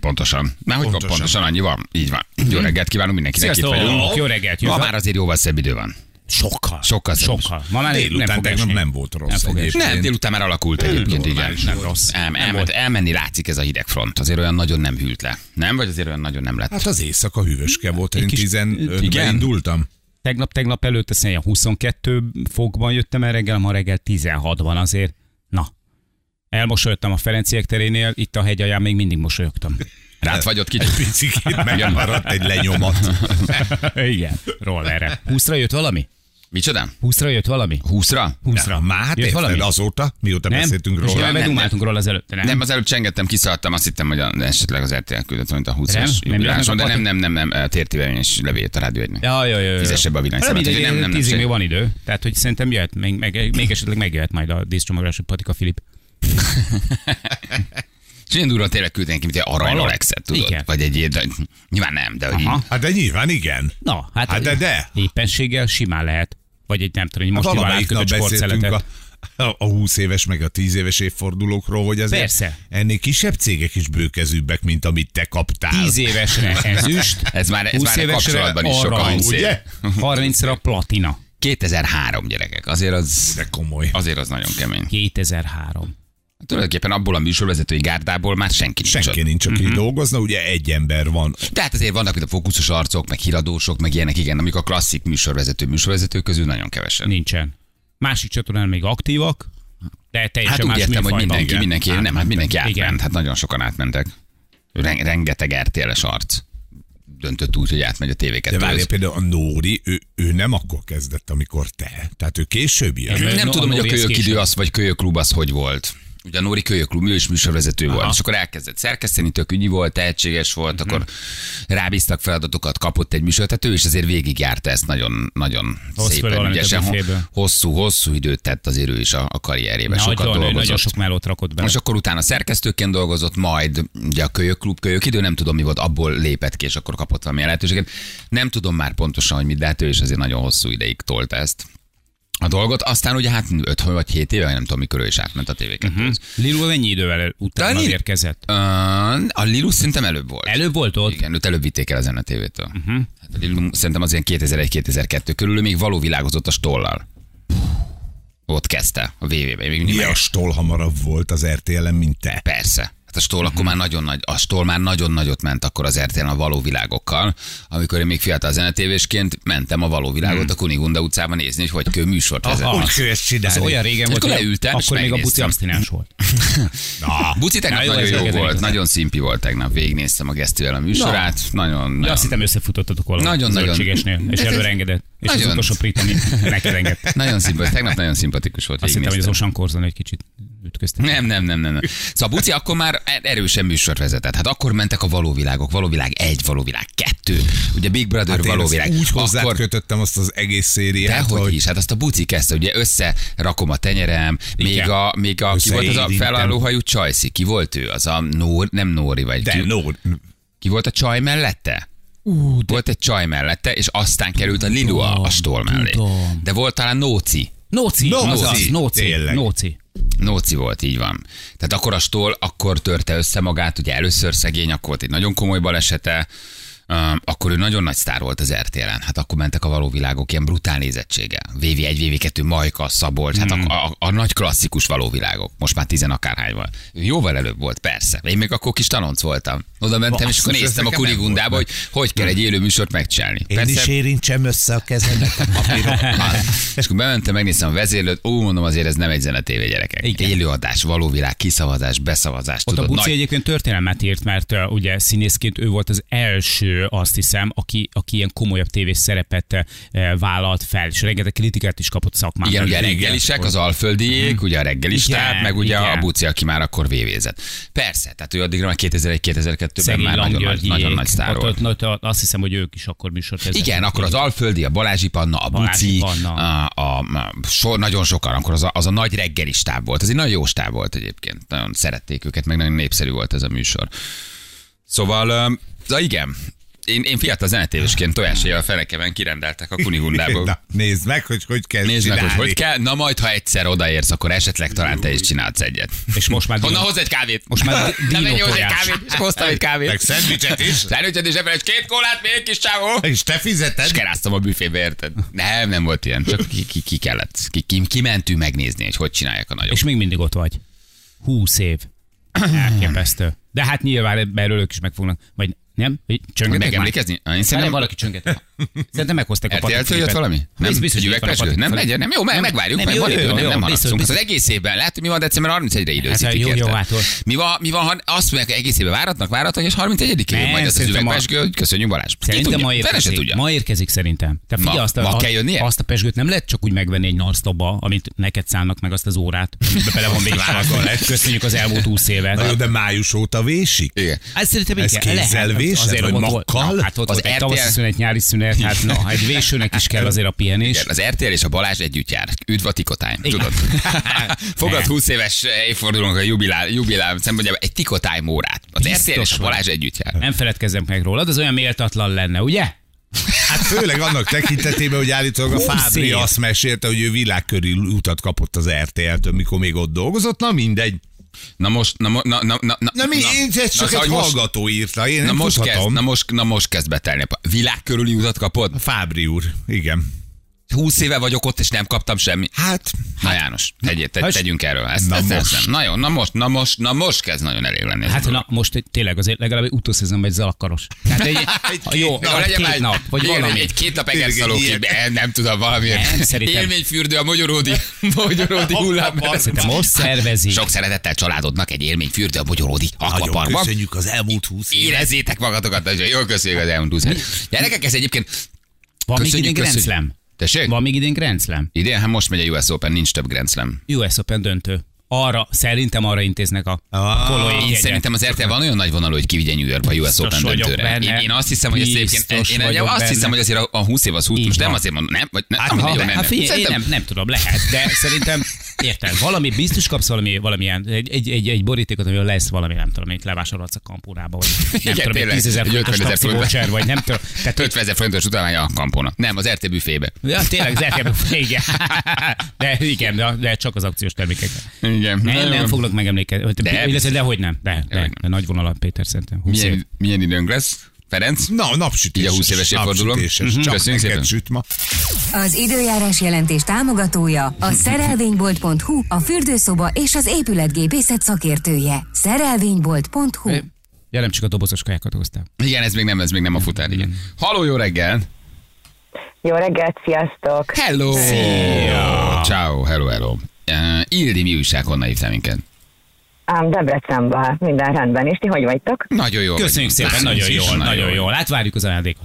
[SPEAKER 1] pontosan. Már hogy pontosan.
[SPEAKER 3] Pontosan.
[SPEAKER 1] pontosan annyi van. Így van. Jó reggelt kívánunk mindenkinek, itt
[SPEAKER 2] Mhm. Sziasztok!
[SPEAKER 1] vagyunk.
[SPEAKER 2] Jó reggelt,
[SPEAKER 1] Ma
[SPEAKER 2] József.
[SPEAKER 1] már azért jóval szebb idő van.
[SPEAKER 2] Sokkal.
[SPEAKER 1] Sokkal szebb.
[SPEAKER 2] Sokkal. Ma már nem
[SPEAKER 3] Délután
[SPEAKER 2] fog
[SPEAKER 3] tegnap
[SPEAKER 2] esni.
[SPEAKER 3] nem volt
[SPEAKER 2] Nem
[SPEAKER 3] rossz
[SPEAKER 2] fog esni.
[SPEAKER 3] egyébként.
[SPEAKER 1] Nem, délután már alakult egyébként, igen.
[SPEAKER 3] normális volt.
[SPEAKER 1] El, elment, elmenni látszik ez a hidegfront. Azért olyan nagyon nem hűlt le. Nem? Vagy azért olyan nagyon nem lett?
[SPEAKER 3] Hát az éjszaka hűvöske volt, én
[SPEAKER 2] kis-
[SPEAKER 3] 15-ben
[SPEAKER 1] igen.
[SPEAKER 3] indultam.
[SPEAKER 2] Tegnap, tegnap előtt, azt mondja, 22 fokban jöttem el reggel, ma reggel 16-ban azért. Na, elmosolyodtam a Ferenciek terénél, itt a hegy alján még mindig mosolyogtam. Hát,
[SPEAKER 1] Rád vagy ott kicsit?
[SPEAKER 3] Picikét megmaradt egy lenyomat.
[SPEAKER 2] Igen, rollerre. 20-ra jött valami?
[SPEAKER 1] Micsoda?
[SPEAKER 2] 20-ra jött valami?
[SPEAKER 1] 20-ra?
[SPEAKER 2] 20-ra.
[SPEAKER 3] Már hát
[SPEAKER 2] jött
[SPEAKER 3] érted,
[SPEAKER 2] valami?
[SPEAKER 3] azóta, mióta
[SPEAKER 2] Nem?
[SPEAKER 3] beszéltünk
[SPEAKER 2] És
[SPEAKER 3] róla.
[SPEAKER 2] nem, Bedumáltunk róla az előtt, nem?
[SPEAKER 1] Nem, az előbb csengettem, kiszaladtam, azt hittem, hogy a, esetleg az RTL küldött, mint a 20-as
[SPEAKER 2] Nem? Nem jönnek a
[SPEAKER 1] jubiláson, de nem,
[SPEAKER 2] patok?
[SPEAKER 1] nem, nem, nem, eh, tértivel is levélt a rádió egynek.
[SPEAKER 2] Ja, ja, ja, ja.
[SPEAKER 1] Fizesse be a villanyszámlát,
[SPEAKER 2] Hát Nem,
[SPEAKER 1] úgyhogy
[SPEAKER 2] mindegy,
[SPEAKER 1] nem- nem- nem
[SPEAKER 2] tízig
[SPEAKER 1] szép.
[SPEAKER 2] még van idő. Tehát, hogy szerintem jöhet, még, meg, még esetleg megjöhet majd a díszcsomagolású Patika Filip.
[SPEAKER 1] És ilyen durva tényleg küldenek ki, mint egy arany
[SPEAKER 2] Arany?
[SPEAKER 1] Rolexet, tudod?
[SPEAKER 2] Igen.
[SPEAKER 1] Vagy egy ilyen, de- nyilván nem, de hogy így.
[SPEAKER 2] Aha.
[SPEAKER 3] Hát de nyilván igen.
[SPEAKER 2] Na, hát,
[SPEAKER 3] Hát de de.
[SPEAKER 2] éppenséggel simán lehet. Vagy egy nem tudom, egy most nyilván
[SPEAKER 3] Valamelyik nap
[SPEAKER 2] átkötött
[SPEAKER 3] beszéltünk
[SPEAKER 2] sportszeletet.
[SPEAKER 3] a, a 20 éves meg a 10 éves évfordulókról, hogy azért
[SPEAKER 2] Persze.
[SPEAKER 3] ennél kisebb cégek is bőkezűbbek, mint amit te kaptál.
[SPEAKER 2] 10 évesre ezüst,
[SPEAKER 1] Ez már, ez
[SPEAKER 2] 20
[SPEAKER 1] már kapcsolatban is sok a
[SPEAKER 2] arany,
[SPEAKER 1] hangszél.
[SPEAKER 3] ugye?
[SPEAKER 2] 30-ra platina.
[SPEAKER 1] 2003 gyerekek, azért az,
[SPEAKER 3] De komoly.
[SPEAKER 1] azért az nagyon kemény.
[SPEAKER 2] 2003.
[SPEAKER 1] Tulajdonképpen abból a műsorvezetői gárdából már senki nincs.
[SPEAKER 3] Senki
[SPEAKER 1] ott.
[SPEAKER 3] nincs, aki dolgozna, ugye egy ember van.
[SPEAKER 1] Tehát azért vannak itt a fókuszos arcok, meg híradósok, meg ilyenek, igen, amik a klasszik műsorvezető műsorvezetők közül nagyon kevesen.
[SPEAKER 2] Nincsen. Másik csatornán még aktívak, de teljesen
[SPEAKER 1] Hát úgy
[SPEAKER 2] más
[SPEAKER 1] értem, hogy
[SPEAKER 2] műfajban.
[SPEAKER 1] mindenki, mindenki, nem, hát mindenki
[SPEAKER 2] Átmentek.
[SPEAKER 1] átment, hát nagyon sokan átmentek. Ren- Rengeteg RTL-es arc döntött úgy, hogy átmegy a
[SPEAKER 3] De várj,
[SPEAKER 1] tv
[SPEAKER 3] például a Nóri, ő, ő nem akkor kezdett, amikor te. Tehát ő később jön.
[SPEAKER 2] Igen.
[SPEAKER 1] Nem
[SPEAKER 2] No,
[SPEAKER 1] tudom,
[SPEAKER 2] a
[SPEAKER 1] hogy a
[SPEAKER 2] Nóri ez
[SPEAKER 1] kölyök idő
[SPEAKER 2] később.
[SPEAKER 1] az, vagy kölyök klub az hogy volt. Ugye a Nóri kölyök klub, ő is műsorvezető volt, és akkor elkezdett szerkeszteni, tök ügyi volt, tehetséges volt, akkor
[SPEAKER 2] Mhm.
[SPEAKER 1] rábíztak feladatokat, kapott egy műsor, tehát ő is azért végigjárta ezt nagyon, nagyon
[SPEAKER 2] Hozz föl
[SPEAKER 1] szépen,
[SPEAKER 2] valamit a
[SPEAKER 1] ügyesen.
[SPEAKER 2] büféből.
[SPEAKER 1] Hosszú, hosszú időt tett azért ő is a, a karrierjébe, sokat
[SPEAKER 2] Nagyon, nagyon
[SPEAKER 1] dolgozott.
[SPEAKER 2] sok melót rakott bele.
[SPEAKER 1] És akkor utána szerkesztőként dolgozott, majd ugye a kölyök klub, kölyök idő, nem tudom mi volt, abból lépett ki, és akkor kapott valami lehetőséget. Nem tudom már pontosan, hogy mit, de hát ő is azért nagyon hosszú ideig tolta ezt a dolgot. Aztán ugye hát 5 vagy 7 éve, vagy nem tudom mikor ő is átment a tv uh-huh.
[SPEAKER 2] Lilul mennyi idővel utána
[SPEAKER 1] Dani?
[SPEAKER 2] érkezett?
[SPEAKER 1] A Lilus szerintem előbb volt.
[SPEAKER 2] Előbb volt ott?
[SPEAKER 1] Igen, őt előbb vitték el az NTV-től. Uh-huh. Hát a Lilum szerintem az ilyen 2001-2002 körül, ő még való világozott a stollal. Ott kezdte a VV-ben. Még mindig
[SPEAKER 3] Mi a stól hamarabb volt az RTL-en, mint te?
[SPEAKER 1] Persze. Hát a Stoll akkor
[SPEAKER 2] Mhm.
[SPEAKER 1] már nagyon nagy, a Stoll már nagyon nagyot ment akkor az rtl a való világokkal. Amikor én még fiatal zenetévésként mentem a való
[SPEAKER 2] Mhm.
[SPEAKER 1] világot a Kunigunda utcában nézni, hogy hogy kő műsort vezet.
[SPEAKER 3] Úgy kell ezt
[SPEAKER 2] Ez
[SPEAKER 3] csinálni.
[SPEAKER 2] olyan régen volt,
[SPEAKER 1] Akkor
[SPEAKER 2] hogy
[SPEAKER 1] leültem, és
[SPEAKER 2] akkor még a buci
[SPEAKER 1] megnéztem.
[SPEAKER 2] abstinens volt.
[SPEAKER 1] Na, Buci tegnap
[SPEAKER 2] Na, jó,
[SPEAKER 1] nagyon
[SPEAKER 2] ez
[SPEAKER 1] jó
[SPEAKER 2] neked
[SPEAKER 1] volt,
[SPEAKER 2] elég.
[SPEAKER 1] nagyon szimpi volt tegnap, végignéztem a gesztővel a műsorát, nagyon,
[SPEAKER 2] De
[SPEAKER 1] nagyon,
[SPEAKER 2] azt hittem összefutottatok valahol.
[SPEAKER 1] Nagyon,
[SPEAKER 2] az
[SPEAKER 1] nagyon.
[SPEAKER 2] Zöldségesnél, és
[SPEAKER 1] Ez- ez-
[SPEAKER 2] előre engedett. És az
[SPEAKER 1] nagyon.
[SPEAKER 2] utolsó pritani neked engedett.
[SPEAKER 1] nagyon szimpi, tegnap nagyon szimpatikus volt.
[SPEAKER 2] Azt hittem, hogy az
[SPEAKER 1] végignéztem.
[SPEAKER 2] Osan Korzon egy kicsit ütköztem.
[SPEAKER 1] Nem, nem, nem, nem. nem. Szóval Buci akkor már er- erősen műsort vezetett. Hát akkor mentek a valóvilágok. Valóvilág egy, valóvilág kettő. Ugye Big Brother,
[SPEAKER 3] Hát én ezt
[SPEAKER 1] valóvilág.
[SPEAKER 3] Úgy hozzá
[SPEAKER 1] Akkor-
[SPEAKER 3] kötöttem azt az egész szériát,
[SPEAKER 1] Dehogy
[SPEAKER 3] hogy
[SPEAKER 1] is, hát azt a buci kezdte, ugye összerakom a tenyerem, még
[SPEAKER 2] Igen.
[SPEAKER 1] a, még a ki volt az a
[SPEAKER 3] Összeérintem.
[SPEAKER 1] felállóhajú csajszi, ki volt ő, az a Nóri, nem Nóri, vagy
[SPEAKER 3] de
[SPEAKER 1] ki,
[SPEAKER 3] no,
[SPEAKER 1] ki volt a csaj mellette? Uh, de... Volt egy csaj mellette, és aztán került a Lilua a stól mellé.
[SPEAKER 2] tudom.
[SPEAKER 1] De volt talán Nóci.
[SPEAKER 2] Nóci,
[SPEAKER 3] Nóci,
[SPEAKER 2] azaz, Nóci,
[SPEAKER 3] tényleg.
[SPEAKER 2] Nóci.
[SPEAKER 1] Nóci volt, így van. Tehát akkor a stól, akkor törte össze magát, ugye először szegény, akkor volt egy nagyon komoly balesete, Öm, akkor ő nagyon nagy sztár volt az RTL-en. Hát akkor mentek a való világok ilyen brutál nézettsége. VV1, VV2, Majka, Szabolcs, hát
[SPEAKER 3] Hmm.
[SPEAKER 1] a, a, a, nagy klasszikus való világok. Most már tizen akárhányval. Ő Jóval előbb volt, persze. Én még akkor kis tanonc voltam. Oda mentem, és akkor
[SPEAKER 3] Basszus, ez
[SPEAKER 1] néztem a
[SPEAKER 3] nekem nem
[SPEAKER 1] kurigundába,
[SPEAKER 3] volt Hmm.
[SPEAKER 1] hogy hogy kell egy élő műsort megcsinálni.
[SPEAKER 3] én
[SPEAKER 1] persze,
[SPEAKER 3] is érintsem össze a kezemet a papírokkal.
[SPEAKER 1] Hát, és akkor bementem, megnéztem a vezérlőt, ó, mondom, azért ez nem egy zenetévé, gyerekek. Igen.
[SPEAKER 2] Igen.
[SPEAKER 1] Élőadás, való világ, kiszavazás, beszavazás,
[SPEAKER 2] Ott a
[SPEAKER 1] tudod,
[SPEAKER 2] Buci
[SPEAKER 1] nagy...
[SPEAKER 2] egyébként történelmet írt, mert uh, ugye színészként ő volt az első, azt hiszem, aki, aki ilyen komolyabb tévés szerepet uh, vállalt fel, és rengeteg kritikát is kapott szakmában.
[SPEAKER 1] Igen, ugye a reggelisek, az alföldiék, ugye a reggelisták,
[SPEAKER 2] Mhm. Igen,
[SPEAKER 1] meg ugye
[SPEAKER 2] igen.
[SPEAKER 1] a Buci, aki már akkor vévézett. Persze, tehát ő addigra már 2001-2002-ben
[SPEAKER 2] Szegény
[SPEAKER 1] már nagyon nagy,
[SPEAKER 2] Langgyörgyiék.
[SPEAKER 1] nagyon nagy sztár
[SPEAKER 2] Ott-
[SPEAKER 1] volt.
[SPEAKER 2] ott- ott- ott Azt hiszem, hogy ők is akkor műsort vezettek.
[SPEAKER 1] Igen, akkor az Alföldi, a Balázsi Panna, a Buci,
[SPEAKER 2] Balázsi
[SPEAKER 1] a,
[SPEAKER 2] Panna.
[SPEAKER 1] a, a sor, nagyon sokan, akkor az a, az a nagy reggeli stáb volt. Ez egy nagyon jó stáb volt egyébként. Nagyon szerették őket, meg nagyon népszerű volt ez a műsor. Szóval, öm, na igen, Én, én fiatal zenetévésként tojásaival fenekemen kirendeltek a kunihundából.
[SPEAKER 3] Na, nézd meg, hogy hogy kell
[SPEAKER 1] Nézd meg,
[SPEAKER 3] csinálni.
[SPEAKER 1] hogy hogy kell. Na majd, ha egyszer odaérsz, akkor esetleg talán te is csinálsz egyet.
[SPEAKER 2] És most már
[SPEAKER 1] Honnan
[SPEAKER 2] dinó-
[SPEAKER 1] hozz egy kávét?
[SPEAKER 2] Most már di-
[SPEAKER 1] Na,
[SPEAKER 2] dinó
[SPEAKER 1] menj hozzá egy
[SPEAKER 2] tojás.
[SPEAKER 1] kávét, és hoztam egy kávét.
[SPEAKER 3] Meg szendvicset is.
[SPEAKER 1] Szendvicset is, ne felejtsd, két kólát, még egy kis csávó.
[SPEAKER 3] És te
[SPEAKER 1] És
[SPEAKER 3] fizeted?
[SPEAKER 1] keráztam a büfébe, érted? Nem, nem volt ilyen, csak ki, ki, ki kellett. Ki, ki, kimentünk megnézni, hogy hogy csinálják a nagyobb.
[SPEAKER 2] És még mindig ott vagy. Húsz év. Elképesztő. De hát nyilván ebben ők is megfognak. Vagy nem? Vagy Csöngetek már?
[SPEAKER 1] Megemlékezni? Én
[SPEAKER 2] Nem
[SPEAKER 1] szerintem
[SPEAKER 2] valaki csönget. Szerintem meghozták a Patrik
[SPEAKER 1] RTL-től jött
[SPEAKER 2] Filipet.
[SPEAKER 1] valami? Nem,
[SPEAKER 2] Biz- biztos,
[SPEAKER 1] egy
[SPEAKER 2] hogy jött
[SPEAKER 1] üvegpesgő?
[SPEAKER 2] a Patrik
[SPEAKER 1] Nem
[SPEAKER 2] Filip.
[SPEAKER 1] legyen, nem, jó, meg, megvárjuk,
[SPEAKER 2] nem,
[SPEAKER 1] meg
[SPEAKER 2] jó,
[SPEAKER 1] van
[SPEAKER 2] jó,
[SPEAKER 1] idő,
[SPEAKER 2] jó,
[SPEAKER 1] nem,
[SPEAKER 2] jó,
[SPEAKER 1] nem
[SPEAKER 2] biztos,
[SPEAKER 1] haragszunk. Az
[SPEAKER 2] biztos.
[SPEAKER 1] egész évben, látod, mi van december 31-re
[SPEAKER 2] Hát,
[SPEAKER 1] időzítik,
[SPEAKER 2] jó, jó,
[SPEAKER 1] érted?
[SPEAKER 2] átol.
[SPEAKER 1] Mi van, mi van, ha azt mondják, egész évben váratnak, váratnak, és 31-ig jön
[SPEAKER 2] Nem,
[SPEAKER 1] majd az az
[SPEAKER 2] szerintem ma-
[SPEAKER 1] üvegpesgő, hogy köszönjük Balázs. Ki
[SPEAKER 2] Szerintem
[SPEAKER 1] tudja?
[SPEAKER 2] ma
[SPEAKER 1] Fene se
[SPEAKER 2] érkezik.
[SPEAKER 1] tudja.
[SPEAKER 2] Ma érkezik szerintem. Te figyelj,
[SPEAKER 1] Ma-
[SPEAKER 2] azt a,
[SPEAKER 1] ma
[SPEAKER 2] a-
[SPEAKER 1] kell jönnie?
[SPEAKER 2] azt a pesgőt nem lehet csak úgy megvenni egy narsztoba, amit neked szállnak meg azt az órát, amiben bele van
[SPEAKER 3] Drága
[SPEAKER 2] végigvágva.
[SPEAKER 3] lesz.
[SPEAKER 2] Köszönjük az elmúlt húsz évet.
[SPEAKER 3] Na jó, de május óta vésik.
[SPEAKER 1] Igen.
[SPEAKER 2] Hát szerintem
[SPEAKER 3] Ez
[SPEAKER 2] igen, lehet.
[SPEAKER 3] kézzelvésed,
[SPEAKER 2] Azért
[SPEAKER 3] vagy
[SPEAKER 2] ott volt-
[SPEAKER 3] makkal?
[SPEAKER 2] Na, hát ott
[SPEAKER 1] Az
[SPEAKER 2] volt egy
[SPEAKER 1] RTL
[SPEAKER 2] tavaszi szünet, nyári szünet, hát na, egy vésőnek is kell azért a pihenés.
[SPEAKER 1] Igen, az RTL és a Balázs együtt jár. Üdv a tikotájm, tudod? Fogad 20 éves évfordulónk a jubilál, jubilál szempontjából egy tikotájm órát. Az
[SPEAKER 2] Biztos
[SPEAKER 1] RTL és a
[SPEAKER 2] van.
[SPEAKER 1] Balázs együtt jár.
[SPEAKER 2] Nem feledkezzünk meg rólad, az olyan méltatlan lenne, ugye?
[SPEAKER 3] Hát főleg annak tekintetében, hogy állítólag a
[SPEAKER 2] Húsz
[SPEAKER 3] Fábri
[SPEAKER 2] év.
[SPEAKER 3] azt mesélte, hogy ő világkörű utat kapott az RTL-től, mikor még ott dolgozott. Na mindegy.
[SPEAKER 1] Na most, na, mo- na, na, na, na,
[SPEAKER 3] Na mi, én ez csak
[SPEAKER 1] szóval,
[SPEAKER 3] egy
[SPEAKER 1] hogy most-
[SPEAKER 3] hallgató írta, én
[SPEAKER 1] Na
[SPEAKER 3] nem
[SPEAKER 1] most, kezd,
[SPEAKER 3] tudhatom.
[SPEAKER 1] na, most, na most kezd betelni. a pa- Világ körüli utat kapod?
[SPEAKER 3] Fábri úr, igen.
[SPEAKER 1] 20 éve vagyok ott, és nem kaptam semmi.
[SPEAKER 3] Hát,
[SPEAKER 1] Na János, tegyél, te,
[SPEAKER 2] Hát-
[SPEAKER 1] tegyünk erről. Ezt,
[SPEAKER 3] Na
[SPEAKER 1] ezt, ezt,
[SPEAKER 3] most.
[SPEAKER 1] nem. Na jó, na most, na most, na most kezd nagyon elég lenni. ez a
[SPEAKER 2] Hát
[SPEAKER 1] dolog.
[SPEAKER 2] na, most egy- tényleg azért legalább egy utószezonban egy zalakaros. Tehát egy,
[SPEAKER 3] Egy
[SPEAKER 2] ha
[SPEAKER 3] két
[SPEAKER 2] jó,
[SPEAKER 3] nap,
[SPEAKER 2] nap,
[SPEAKER 1] legyen
[SPEAKER 2] egy
[SPEAKER 1] már
[SPEAKER 2] két nap, vagy
[SPEAKER 1] igen,
[SPEAKER 2] valami.
[SPEAKER 1] Egy két nap
[SPEAKER 3] Tényleg egy
[SPEAKER 1] egerszaló
[SPEAKER 3] ilyen-
[SPEAKER 1] ki, nem tudom, valami.
[SPEAKER 2] Nem, szerintem-
[SPEAKER 1] Élményfürdő a magyaródi, magyaródi hullám.
[SPEAKER 2] Szerintem most szervezik.
[SPEAKER 1] Sok szeretettel családodnak egy élményfürdő a magyaródi
[SPEAKER 3] nagyon
[SPEAKER 1] akvaparkban.
[SPEAKER 3] köszönjük az elmúlt húsz évet.
[SPEAKER 1] Érezzétek magatokat, nagyon jól köszönjük az elmúlt 20 Gyerekek, ez egyébként...
[SPEAKER 2] Van még
[SPEAKER 1] köszönjük,
[SPEAKER 2] idén Grand
[SPEAKER 1] köszönjük.
[SPEAKER 2] Slam.
[SPEAKER 1] Tessék?
[SPEAKER 2] Van még idén Grand Slam.
[SPEAKER 1] Idén, hát most megy a US Open, nincs több Grand Slam.
[SPEAKER 2] US Open döntő. Arra, szerintem arra intéznek a
[SPEAKER 3] Ah.
[SPEAKER 2] kolói
[SPEAKER 1] Én
[SPEAKER 2] jegyet.
[SPEAKER 1] szerintem az RTL van olyan nagy vonalú, hogy kivigye New Yorkba a US
[SPEAKER 2] Biztos
[SPEAKER 1] Open
[SPEAKER 2] vagyok
[SPEAKER 1] döntőre. Én,
[SPEAKER 2] benne.
[SPEAKER 1] én, azt hiszem, hogy ezt egyébként,
[SPEAKER 2] Biztos
[SPEAKER 1] én, én
[SPEAKER 2] vagyok
[SPEAKER 1] azt
[SPEAKER 2] benne.
[SPEAKER 1] hiszem, hogy azért a, a 20 év az 20,
[SPEAKER 2] Így
[SPEAKER 1] most nem
[SPEAKER 2] van.
[SPEAKER 1] azért mondom, nem? Vagy, nem,
[SPEAKER 2] Hát,
[SPEAKER 1] mindegy,
[SPEAKER 2] ha,
[SPEAKER 1] jó,
[SPEAKER 2] be,
[SPEAKER 1] nem, nem.
[SPEAKER 2] hát figyelj, én
[SPEAKER 1] Szerintem-
[SPEAKER 2] nem, nem tudom, lehet, de szerintem értem, valami biztos kapsz valami, valamilyen, egy, egy, egy, egy borítékot, amivel lesz valami, nem tudom, amit levásárolhatsz a kampórába, vagy nem
[SPEAKER 1] Igen,
[SPEAKER 2] tudom, egy
[SPEAKER 1] tényleg,
[SPEAKER 2] 10 ezer
[SPEAKER 1] egy
[SPEAKER 2] forintos
[SPEAKER 1] 50 000
[SPEAKER 2] taxi
[SPEAKER 1] forintba.
[SPEAKER 2] voucher, vagy nem tudom. Tehát,
[SPEAKER 1] 50 ezer forintos utalmánya a kampónak. Nem, az RT büfébe.
[SPEAKER 2] ja, tényleg, zárjába, igen. De igen, de, de csak az akciós termékekre.
[SPEAKER 1] Igen.
[SPEAKER 2] Nem, nem foglak megemlékezni.
[SPEAKER 1] De-
[SPEAKER 2] De, illetve, de hogy nem. De, de,
[SPEAKER 1] nem.
[SPEAKER 2] de nagy vonal, Péter szerintem. 20 év.
[SPEAKER 1] Milyen, milyen időnk lesz? Ferenc?
[SPEAKER 3] Na, napsütéses.
[SPEAKER 1] Így a 20 éves évfordulom.
[SPEAKER 3] napsütéses.
[SPEAKER 1] Mhm.
[SPEAKER 3] Csak
[SPEAKER 1] Köszönjük
[SPEAKER 3] neked
[SPEAKER 1] szépen.
[SPEAKER 3] süt ma.
[SPEAKER 5] Az időjárás jelentés támogatója a szerelvénybolt.hu, a fürdőszoba és az épületgépészet szakértője. Szerelvénybolt.hu
[SPEAKER 2] Ja, nem csak a dobozos kajákat hoztam.
[SPEAKER 1] Igen, ez még nem, ez még nem a futár,
[SPEAKER 2] Mm.
[SPEAKER 1] igen. Haló, jó reggel!
[SPEAKER 6] Jó reggelt, sziasztok!
[SPEAKER 1] Hello! Szia! Ciao, hello, hello. Uh, Ildi, mi újság, honnan hívtál minket?
[SPEAKER 6] Ám Debrecenben minden rendben, és ti hogy vagytok?
[SPEAKER 1] Nagyon jó.
[SPEAKER 2] Köszönjük szépen, nagyon jól, nagyon jól. Hát várjuk az ajándékot.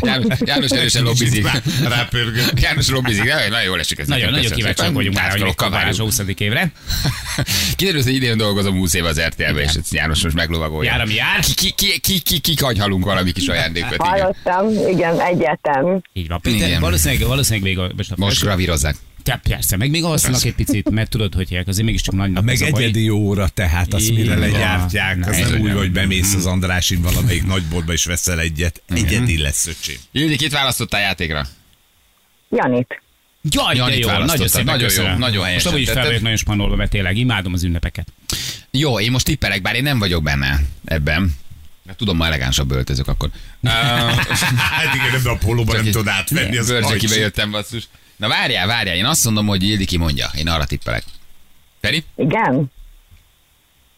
[SPEAKER 1] János, János erősen lobbizik.
[SPEAKER 3] Rápörgött.
[SPEAKER 1] János lobbizik, de nagyon jól esik ez.
[SPEAKER 2] Nagyon,
[SPEAKER 1] nekem,
[SPEAKER 2] nagyon
[SPEAKER 1] köszönöm
[SPEAKER 2] kíváncsiak
[SPEAKER 1] szépen.
[SPEAKER 2] vagyunk már, hogy
[SPEAKER 1] Tárgyalok,
[SPEAKER 2] mikor vár
[SPEAKER 1] kavárjuk.
[SPEAKER 2] az a 20. évre.
[SPEAKER 1] Kiderült, hogy idén dolgozom 20 éve az RTL-ben, és ezt János most meglovagolja.
[SPEAKER 2] Jár, ami jár.
[SPEAKER 1] Ki, ki, ki, ki, ki, ki kagyhalunk valami kis ajándékot. Igen.
[SPEAKER 6] Hallottam, igen, egyetem.
[SPEAKER 2] Így van.
[SPEAKER 1] Igen.
[SPEAKER 2] Péter, valószínűleg, valószínűleg még a... Most, a
[SPEAKER 1] Most gravírozzák.
[SPEAKER 2] Te persze, meg még alszanak egy picit, mert tudod, hogy hívják, azért mégiscsak nagy nap
[SPEAKER 3] Meg
[SPEAKER 2] ez a mai.
[SPEAKER 3] egyedi óra, tehát azt
[SPEAKER 2] Így
[SPEAKER 3] mire
[SPEAKER 2] van.
[SPEAKER 3] legyártják, az
[SPEAKER 2] Na,
[SPEAKER 3] nem
[SPEAKER 1] ez
[SPEAKER 3] úgy,
[SPEAKER 1] nem.
[SPEAKER 3] hogy bemész az Andrásin valamelyik nagyboltba és veszel egyet. Egyedi lesz, öcsém.
[SPEAKER 1] Ildi, kit választottál játékra?
[SPEAKER 6] Janit.
[SPEAKER 2] Jaj, de
[SPEAKER 1] Janit
[SPEAKER 2] jó, nagyon
[SPEAKER 1] választottad.
[SPEAKER 2] szépen
[SPEAKER 1] Nagyon jó,
[SPEAKER 2] köszönöm.
[SPEAKER 1] nagyon helyesen
[SPEAKER 2] Most amúgy is fel
[SPEAKER 1] tetted.
[SPEAKER 2] vagyok nagyon spanolva, mert tényleg imádom az ünnepeket.
[SPEAKER 1] Jó, én most tippelek, bár én nem vagyok benne ebben. Mert tudom, ma elegánsabb öltözök akkor.
[SPEAKER 3] Hát igen, ebben a pólóban nem
[SPEAKER 1] egy-
[SPEAKER 3] tudod átvenni az
[SPEAKER 1] Bőrzsekibe
[SPEAKER 3] ajcsit.
[SPEAKER 1] jöttem, basszus. Na várjál, várjál, én azt mondom, hogy Ildi kimondja. Én arra tippelek. Feri?
[SPEAKER 6] Igen?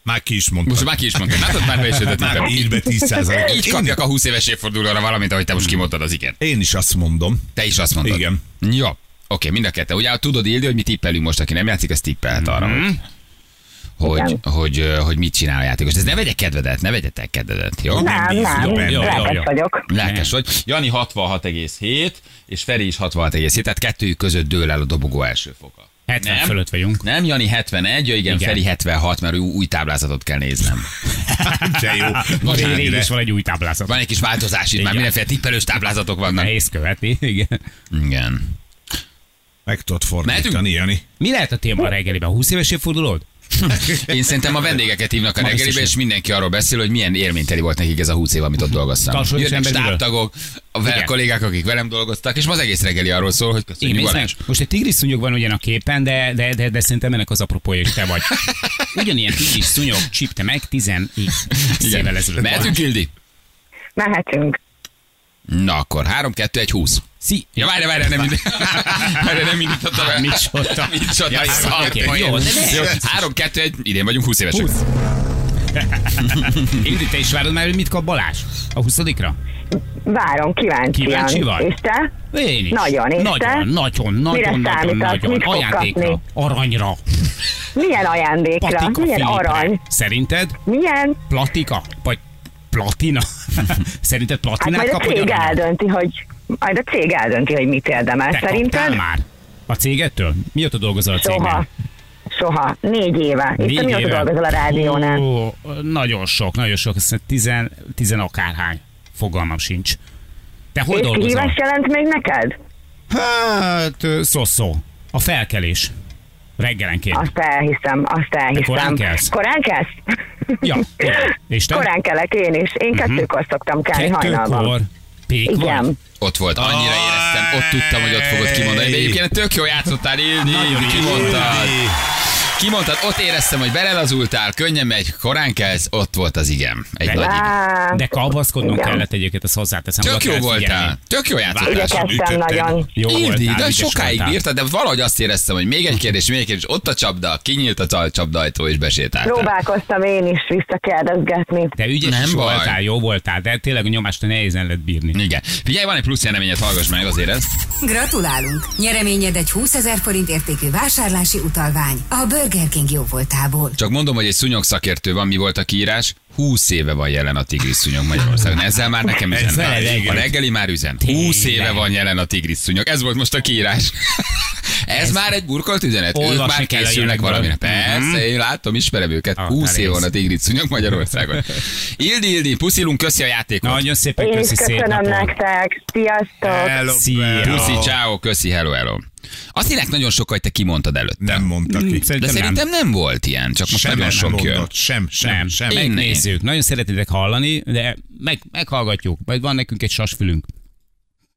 [SPEAKER 3] Már ki is mondtam.
[SPEAKER 1] Most már ki is mondtad. Látod, már be is jöttem.
[SPEAKER 3] Már így be 10
[SPEAKER 1] Így kapjak a 20 éves évfordulóra valamit, ahogy te most kimondtad az igen.
[SPEAKER 3] Én is azt mondom.
[SPEAKER 1] Te is azt mondtad.
[SPEAKER 3] Mm. Igen.
[SPEAKER 1] Jó. Oké, mind a kettő. Ugye tudod, Ildi, hogy mi tippelünk most, aki nem játszik, az tippelhet arra,
[SPEAKER 3] Mm.
[SPEAKER 1] hogy, hogy,
[SPEAKER 6] Igen.
[SPEAKER 1] hogy, ö, hogy mit csinál a játékos. De ez ne vegye kedvedet, ne vegyetek kedvedet, jó?
[SPEAKER 6] Nem, nem,
[SPEAKER 3] jó,
[SPEAKER 2] jó, jó.
[SPEAKER 3] jó,
[SPEAKER 6] lelkes vagyok.
[SPEAKER 1] Lelkes vagy. Jani 66,7 és Feri is 66,7, tehát kettőjük között dől el a dobogó első foka.
[SPEAKER 2] 70
[SPEAKER 1] Nem.
[SPEAKER 2] fölött vagyunk.
[SPEAKER 1] Nem, Jani 71, ja igen,
[SPEAKER 2] Igen.
[SPEAKER 1] Feri 76, mert új, új táblázatot kell néznem.
[SPEAKER 3] De jó.
[SPEAKER 2] Most
[SPEAKER 3] Végre.
[SPEAKER 2] rég is van egy új táblázat.
[SPEAKER 1] Van egy kis változás itt, már
[SPEAKER 2] Igen.
[SPEAKER 1] mindenféle tippelős táblázatok vannak.
[SPEAKER 2] Nehéz követni, igen.
[SPEAKER 1] Igen.
[SPEAKER 3] Meg tudod fordítani, Jani.
[SPEAKER 2] Mi lehet a téma a reggeliben? 20 éves évfordulód?
[SPEAKER 1] Én szerintem a vendégeket hívnak a
[SPEAKER 2] Ma
[SPEAKER 1] reggelibe,
[SPEAKER 2] biztos
[SPEAKER 1] és mindenki arról beszél, hogy milyen élményteli volt nekik ez a 20 év, amit ott dolgoztam.
[SPEAKER 2] Tapsolj is
[SPEAKER 1] Jönnek
[SPEAKER 2] emberből.
[SPEAKER 1] stábtagok, a vele
[SPEAKER 2] Igen.
[SPEAKER 1] kollégák, akik velem dolgoztak, és ma az egész reggeli arról szól, hogy
[SPEAKER 2] Igen,
[SPEAKER 1] köszönjük
[SPEAKER 2] nézd meg,
[SPEAKER 1] Balázs.
[SPEAKER 2] most egy tigris szúnyog van ugyan a képen, de, de, de, de szerintem ennek az apropója is te vagy. Ugyanilyen tigris szúnyog csípte meg 10 évvel ezelőtt.
[SPEAKER 1] Mehetünk, Ildi?
[SPEAKER 6] Mehetünk.
[SPEAKER 1] Na akkor, 3, 2, 1, 20.
[SPEAKER 2] Szí-
[SPEAKER 1] Ja, várj, várj, nem mindig. Várj, nem indítottam el.
[SPEAKER 2] Micsoda.
[SPEAKER 1] Micsoda.
[SPEAKER 2] Ja, igen,
[SPEAKER 1] szar,
[SPEAKER 2] oké,
[SPEAKER 1] majd.
[SPEAKER 2] jó, de ne.
[SPEAKER 1] Jó, 3, 2, 1, idén vagyunk 20 évesek.
[SPEAKER 2] 20. Ildi, te is várod már, hogy mit kap Balázs? A 20-ra?
[SPEAKER 6] Várom, kíváncsian.
[SPEAKER 2] Kíváncsi vagy?
[SPEAKER 6] És te?
[SPEAKER 2] Én is.
[SPEAKER 6] Nagyon, és te?
[SPEAKER 2] Nagyon, nagyon, nagyon,
[SPEAKER 6] Mire
[SPEAKER 2] nagyon,
[SPEAKER 6] számítasz?
[SPEAKER 2] nagyon.
[SPEAKER 6] Mit fog
[SPEAKER 2] Ajándékra,
[SPEAKER 6] kapni?
[SPEAKER 2] aranyra,
[SPEAKER 6] Milyen ajándékra?
[SPEAKER 2] patika
[SPEAKER 6] Milyen
[SPEAKER 2] Filipre.
[SPEAKER 6] arany?
[SPEAKER 2] Szerinted
[SPEAKER 6] Milyen?
[SPEAKER 2] platika? Vagy platina? Szerinted
[SPEAKER 6] Hát
[SPEAKER 2] platinát
[SPEAKER 6] majd a
[SPEAKER 2] kap, vagy
[SPEAKER 6] cég
[SPEAKER 2] aranyat?
[SPEAKER 6] eldönti, hogy majd a cég eldönti, hogy mit érdemel.
[SPEAKER 2] Te kaptál
[SPEAKER 6] Szerinted?
[SPEAKER 2] már? A cégettől? Mióta dolgozol a
[SPEAKER 6] Soha.
[SPEAKER 2] cégnél?
[SPEAKER 6] Soha. Négy éve. És te
[SPEAKER 2] Négy
[SPEAKER 6] mióta
[SPEAKER 2] éve.
[SPEAKER 6] dolgozol a rádiónál?
[SPEAKER 2] Ó, nagyon sok, nagyon sok. Azt hiszem, tizen, tizen akárhány. Fogalmam sincs. Te hol
[SPEAKER 6] és
[SPEAKER 2] dolgozol?
[SPEAKER 6] hívás jelent még neked?
[SPEAKER 2] Hát, ö, szó-szó. A felkelés. Reggelenként.
[SPEAKER 6] Azt elhiszem, azt elhiszem.
[SPEAKER 2] korán kelsz?
[SPEAKER 6] Korán kelsz?
[SPEAKER 2] Ja, korán. És te? Mhm.
[SPEAKER 6] Korán kelek én is. Én kettőkor szoktam kelni hajnalban.
[SPEAKER 2] Kettőkor. Pék
[SPEAKER 6] Igen.
[SPEAKER 2] vagy?
[SPEAKER 1] Ott volt, annyira éreztem, ott tudtam, hogy ott fogod kimondani. De egyébként tök jó játszottál, Ildi, Ildi, kimondtad. Kimondtad, ott éreztem, hogy belelazultál, könnyen megy, korán kelsz, ott volt az igen. Egy nagy igen.
[SPEAKER 6] Á,
[SPEAKER 2] De kalvaszkodnom
[SPEAKER 6] Igen.
[SPEAKER 2] kellett egyébként, ezt hozzáteszem.
[SPEAKER 1] Tök
[SPEAKER 2] oda
[SPEAKER 1] jó
[SPEAKER 2] kellett figyelni.
[SPEAKER 1] voltál, tök jó játszottál.
[SPEAKER 6] igyekeztem
[SPEAKER 3] ütötted.
[SPEAKER 6] nagyon.
[SPEAKER 2] Jó
[SPEAKER 1] Ildi,
[SPEAKER 2] voltál,
[SPEAKER 1] de
[SPEAKER 2] ügyes
[SPEAKER 1] sokáig
[SPEAKER 2] voltál.
[SPEAKER 1] bírtad, de valahogy azt éreztem, hogy még egy kérdés, még egy kérdés, ott a csapda, kinyílt a cal- csapdajtó és besétáltál.
[SPEAKER 6] Próbálkoztam én is visszakérdezgetni.
[SPEAKER 2] Te ügyes
[SPEAKER 1] Nem
[SPEAKER 2] nem is
[SPEAKER 1] baj.
[SPEAKER 2] voltál, jó voltál, de tényleg a nyomást nehézen lett bírni.
[SPEAKER 1] Igen. Figyelj, van egy plusz jeleményed, hallgass meg azért ezt.
[SPEAKER 5] Gratulálunk! Nyereményed egy 20 ezer forint értékű vásárlási utalvány a Burger King jó voltából.
[SPEAKER 1] Csak mondom, hogy egy szúnyog szakértő van, mi volt a kiírás. 20 éve van jelen a tigris szúnyog Magyarországon. Ezzel már nekem üzen.
[SPEAKER 2] Ezzel
[SPEAKER 1] A
[SPEAKER 2] igen.
[SPEAKER 1] reggeli már üzen. 20 éve van jelen a tigris szúnyog. Ez volt most a kiírás. Ez, már egy burkolt üzenet. Ők
[SPEAKER 2] Olvasni
[SPEAKER 1] már
[SPEAKER 2] kell a
[SPEAKER 1] készülnek
[SPEAKER 2] ilyenekből.
[SPEAKER 1] valamire. Persze, én látom, ismerem őket.
[SPEAKER 2] Ah,
[SPEAKER 1] 20 év
[SPEAKER 2] terész.
[SPEAKER 1] van a tigris szúnyog Magyarországon. Ildi, Ildi, puszilunk, köszi a játékot.
[SPEAKER 2] Nagyon szépen
[SPEAKER 6] Én is
[SPEAKER 2] köszi, szép
[SPEAKER 6] köszönöm
[SPEAKER 2] napot.
[SPEAKER 6] nektek. Sziasztok!
[SPEAKER 3] Hello,
[SPEAKER 2] Szia.
[SPEAKER 3] hello.
[SPEAKER 1] Puszi, ciao, köszi, hello, hello. Azt hívják nagyon sok, hogy te kimondtad előtt.
[SPEAKER 3] Nem mondta ki.
[SPEAKER 1] De szerintem nem volt ilyen, csak most
[SPEAKER 3] Sem
[SPEAKER 1] nagyon
[SPEAKER 3] nem
[SPEAKER 1] sok jön.
[SPEAKER 3] mondott. Sem, sem,
[SPEAKER 2] Nem,
[SPEAKER 3] sem.
[SPEAKER 1] Én-
[SPEAKER 2] megnézzük. Nagyon szeretitek hallani, de meg, meghallgatjuk. Majd van nekünk egy sasfülünk.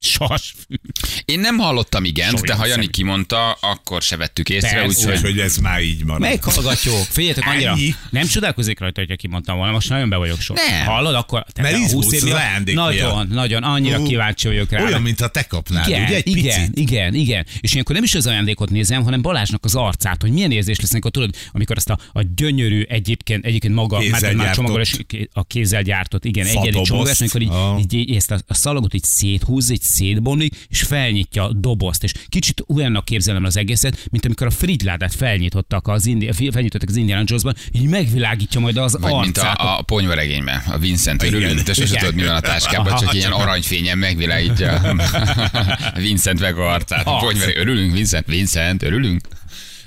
[SPEAKER 2] Sasfül.
[SPEAKER 1] Én nem hallottam igent,
[SPEAKER 2] Saját
[SPEAKER 1] de ha Jani
[SPEAKER 2] személy.
[SPEAKER 1] kimondta, akkor se vettük észre,
[SPEAKER 2] Persze.
[SPEAKER 1] úgyhogy...
[SPEAKER 3] Úgyhogy ez már így marad.
[SPEAKER 2] Meghallgatjuk. Figyeljetek, annyira.
[SPEAKER 3] Ennyi.
[SPEAKER 2] Nem csodálkozik rajta, hogyha kimondtam volna. Most nagyon be vagyok sok.
[SPEAKER 1] Nem.
[SPEAKER 2] Hallod, akkor... Te
[SPEAKER 3] Mert
[SPEAKER 2] a
[SPEAKER 3] izgulsz
[SPEAKER 2] 20 év
[SPEAKER 3] az
[SPEAKER 2] miatt-
[SPEAKER 3] ajándék
[SPEAKER 2] Nagyon,
[SPEAKER 3] miatt.
[SPEAKER 2] nagyon. Annyira
[SPEAKER 3] Ú,
[SPEAKER 2] kíváncsi vagyok rá.
[SPEAKER 3] Olyan, mintha te
[SPEAKER 1] Hát
[SPEAKER 3] kapnád,
[SPEAKER 2] Igen,
[SPEAKER 3] ugye? Egy
[SPEAKER 2] igen,
[SPEAKER 3] picit.
[SPEAKER 2] igen, igen. És ilyenkor nem is az ajándékot nézem, hanem Balázsnak az arcát, hogy milyen érzés lesz, amikor tudod, amikor azt a, a gyönyörű egyébként, egyébként maga,
[SPEAKER 3] Kézzel
[SPEAKER 2] már tudod, már
[SPEAKER 3] gyártott.
[SPEAKER 2] csomagolás, a kézzel gyártott, igen,
[SPEAKER 3] Fadobozt.
[SPEAKER 2] egyedi csomagolás, amikor így,
[SPEAKER 3] Ah.
[SPEAKER 2] így, így, ezt a, a szalagot így széthúz, így szétbomlik, és felnyitja a dobozt. És kicsit olyannak képzelem az egészet, mint amikor a Fridládát felnyitottak az, indi, felnyitottak az Indiana Jonesban, így megvilágítja majd az
[SPEAKER 1] Vagy mint
[SPEAKER 2] arcát.
[SPEAKER 1] a, a ponyvaregényben, a Vincent örülünk, de sose
[SPEAKER 2] igen.
[SPEAKER 1] tudod, mi van a táskában,
[SPEAKER 2] Aha,
[SPEAKER 1] csak ilyen
[SPEAKER 2] csak-
[SPEAKER 1] aranyfényen megvilágítja a Vincent meg a arcát. A
[SPEAKER 2] Arc.
[SPEAKER 1] ponyvareg, örülünk, Vincent, Vincent, örülünk.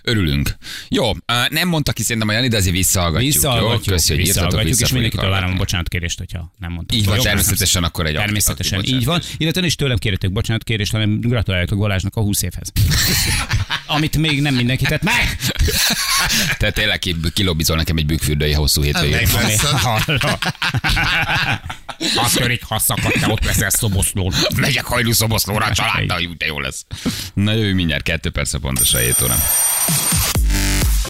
[SPEAKER 1] Örülünk. Jó, á, nem mondta ki szerintem a Jani, de azért visszahallgatjuk.
[SPEAKER 2] Visszahallgatjuk,
[SPEAKER 1] jó? Köszi, hogy írtatok,
[SPEAKER 2] visszahallgatjuk, és
[SPEAKER 1] vissza fogjuk
[SPEAKER 2] mindenkitől várom a
[SPEAKER 1] hallgatni.
[SPEAKER 2] bocsánatkérést, hogyha nem mondtam.
[SPEAKER 1] Így
[SPEAKER 2] Jó,
[SPEAKER 1] van,
[SPEAKER 2] köszönöm
[SPEAKER 1] természetesen akkor egy aktív-
[SPEAKER 2] Természetesen
[SPEAKER 1] aktív
[SPEAKER 2] így van. Illetve is tőlem kérjetek bocsánatkérést, hanem gratuláljatok Balázsnak a 20 évhez. Amit még nem mindenki tett meg.
[SPEAKER 1] Te tényleg ki- kilobizol nekem egy bükkfürdői hosszú hétvégén.
[SPEAKER 2] Hát
[SPEAKER 3] Meg lesz a-
[SPEAKER 2] Ha törik, ha szakad, te ott leszel szoboszlón.
[SPEAKER 1] Megyek hajlú szoboszlóra a családdal, úgy de jó lesz. Na jövő mindjárt, kettő perc a pontosan 7 óra.